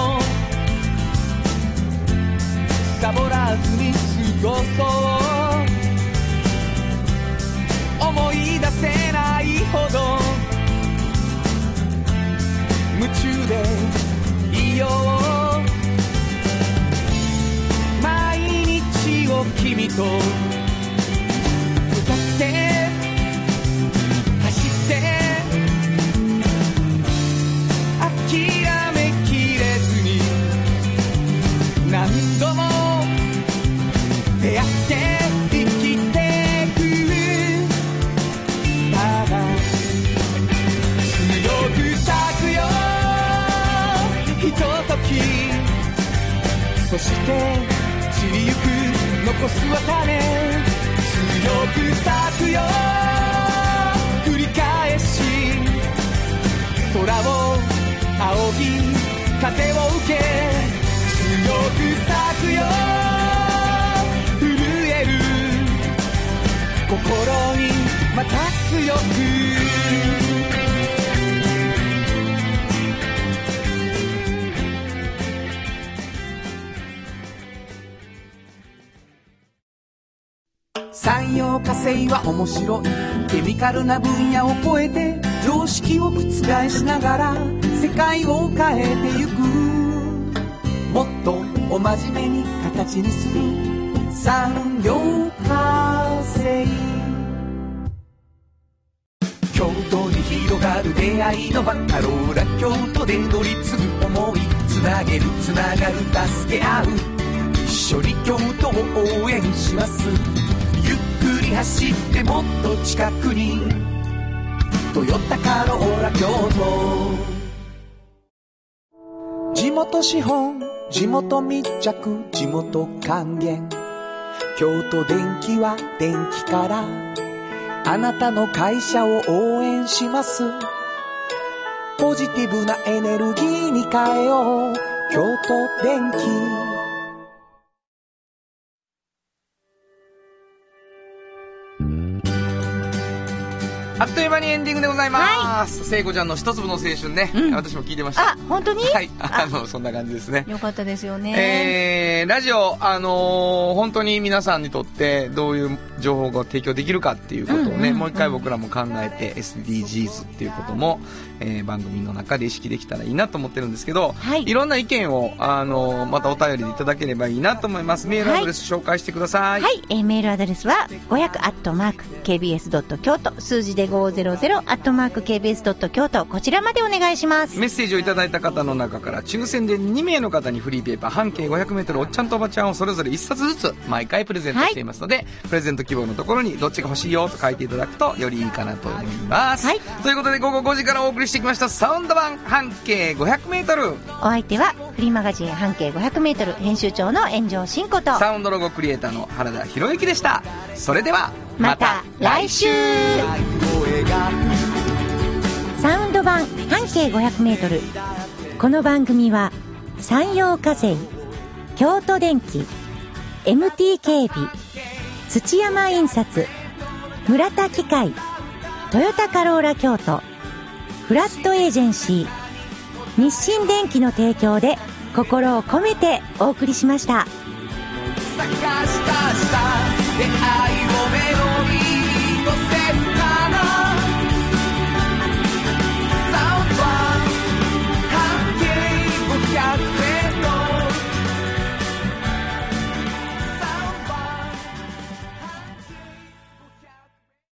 Speaker 4: サボらずに過ごそう思い出せないほど夢中でいよう毎日を君と歌って走って諦めきれずに何度も出会って生きてくただ強く咲くよひとときそして散りゆく残すは種強く咲くよ繰り返し空を仰ぎ風を受け強く咲くよ震える心にまた強く産業化成は面白いケミカルな分野を超えて常識を覆しながら世界を変えてゆくもっとお真面目に形にする産業化成京都に広がる出会いの場カローラ京都で乗り継ぐ思いつなげるつながる助け合う一緒に京都を応援しますゆっくり走ってもっと近くに「トヨタカローラ京都」地元資本地元密着地元還元京都電気は電気からあなたの会社を応援しますポジティブなエネルギーに変えよう京都電気
Speaker 2: あっという間にエンディングでございます。聖子ちゃんの一粒の青春ね、
Speaker 5: うん
Speaker 2: 私も聞いてました。
Speaker 5: あ、本当に
Speaker 2: [LAUGHS] はい、あの、そんな感じですね。
Speaker 5: よかったですよね。
Speaker 2: えー、ラジオ、あのー本当に皆さんにとってどういう情報が提供できるかっていうことをね、
Speaker 5: うんうんうん
Speaker 2: もう一回僕らも考えて SDGs っていうことも、えー番組の中で意識できたらいいなと思ってるんですけど、
Speaker 5: はい
Speaker 2: ろんな意見を、あのーまたお便りでいただければいいなと思います。メールアドレス紹介してください。
Speaker 5: はい、えーメールアドレスは500 KBS ドット京都数字で500 KBS ドット京都こちらまでお願いします。
Speaker 2: メッセージをいただいた方の中から抽選で2名の方にフリーペーパー半径 500m おっちゃんとおばちゃんをそれぞれ1冊ずつ毎回プレゼントしていますので、プレゼント希望のところにどっちが欲しいよと書いていただくとよりいいかなと思います、
Speaker 5: はい
Speaker 2: ということで午後5時からお送りしてきましたサウンド版半径 500m
Speaker 5: お相手はフリーマガジン半径500メートル編集長の炎上真子と
Speaker 2: サウンドロゴクリエイターの原田博之でしたそれでは
Speaker 5: また来週サウンド版半径500メートル
Speaker 3: この番組は山陽火星京都電機 MT 警備土山印刷村田機械トヨタカローラ京都フラットエージェンシー日清電機の提供で心を込めてお送りしました。
Speaker 4: 探したした出会いをメロディーに乗せる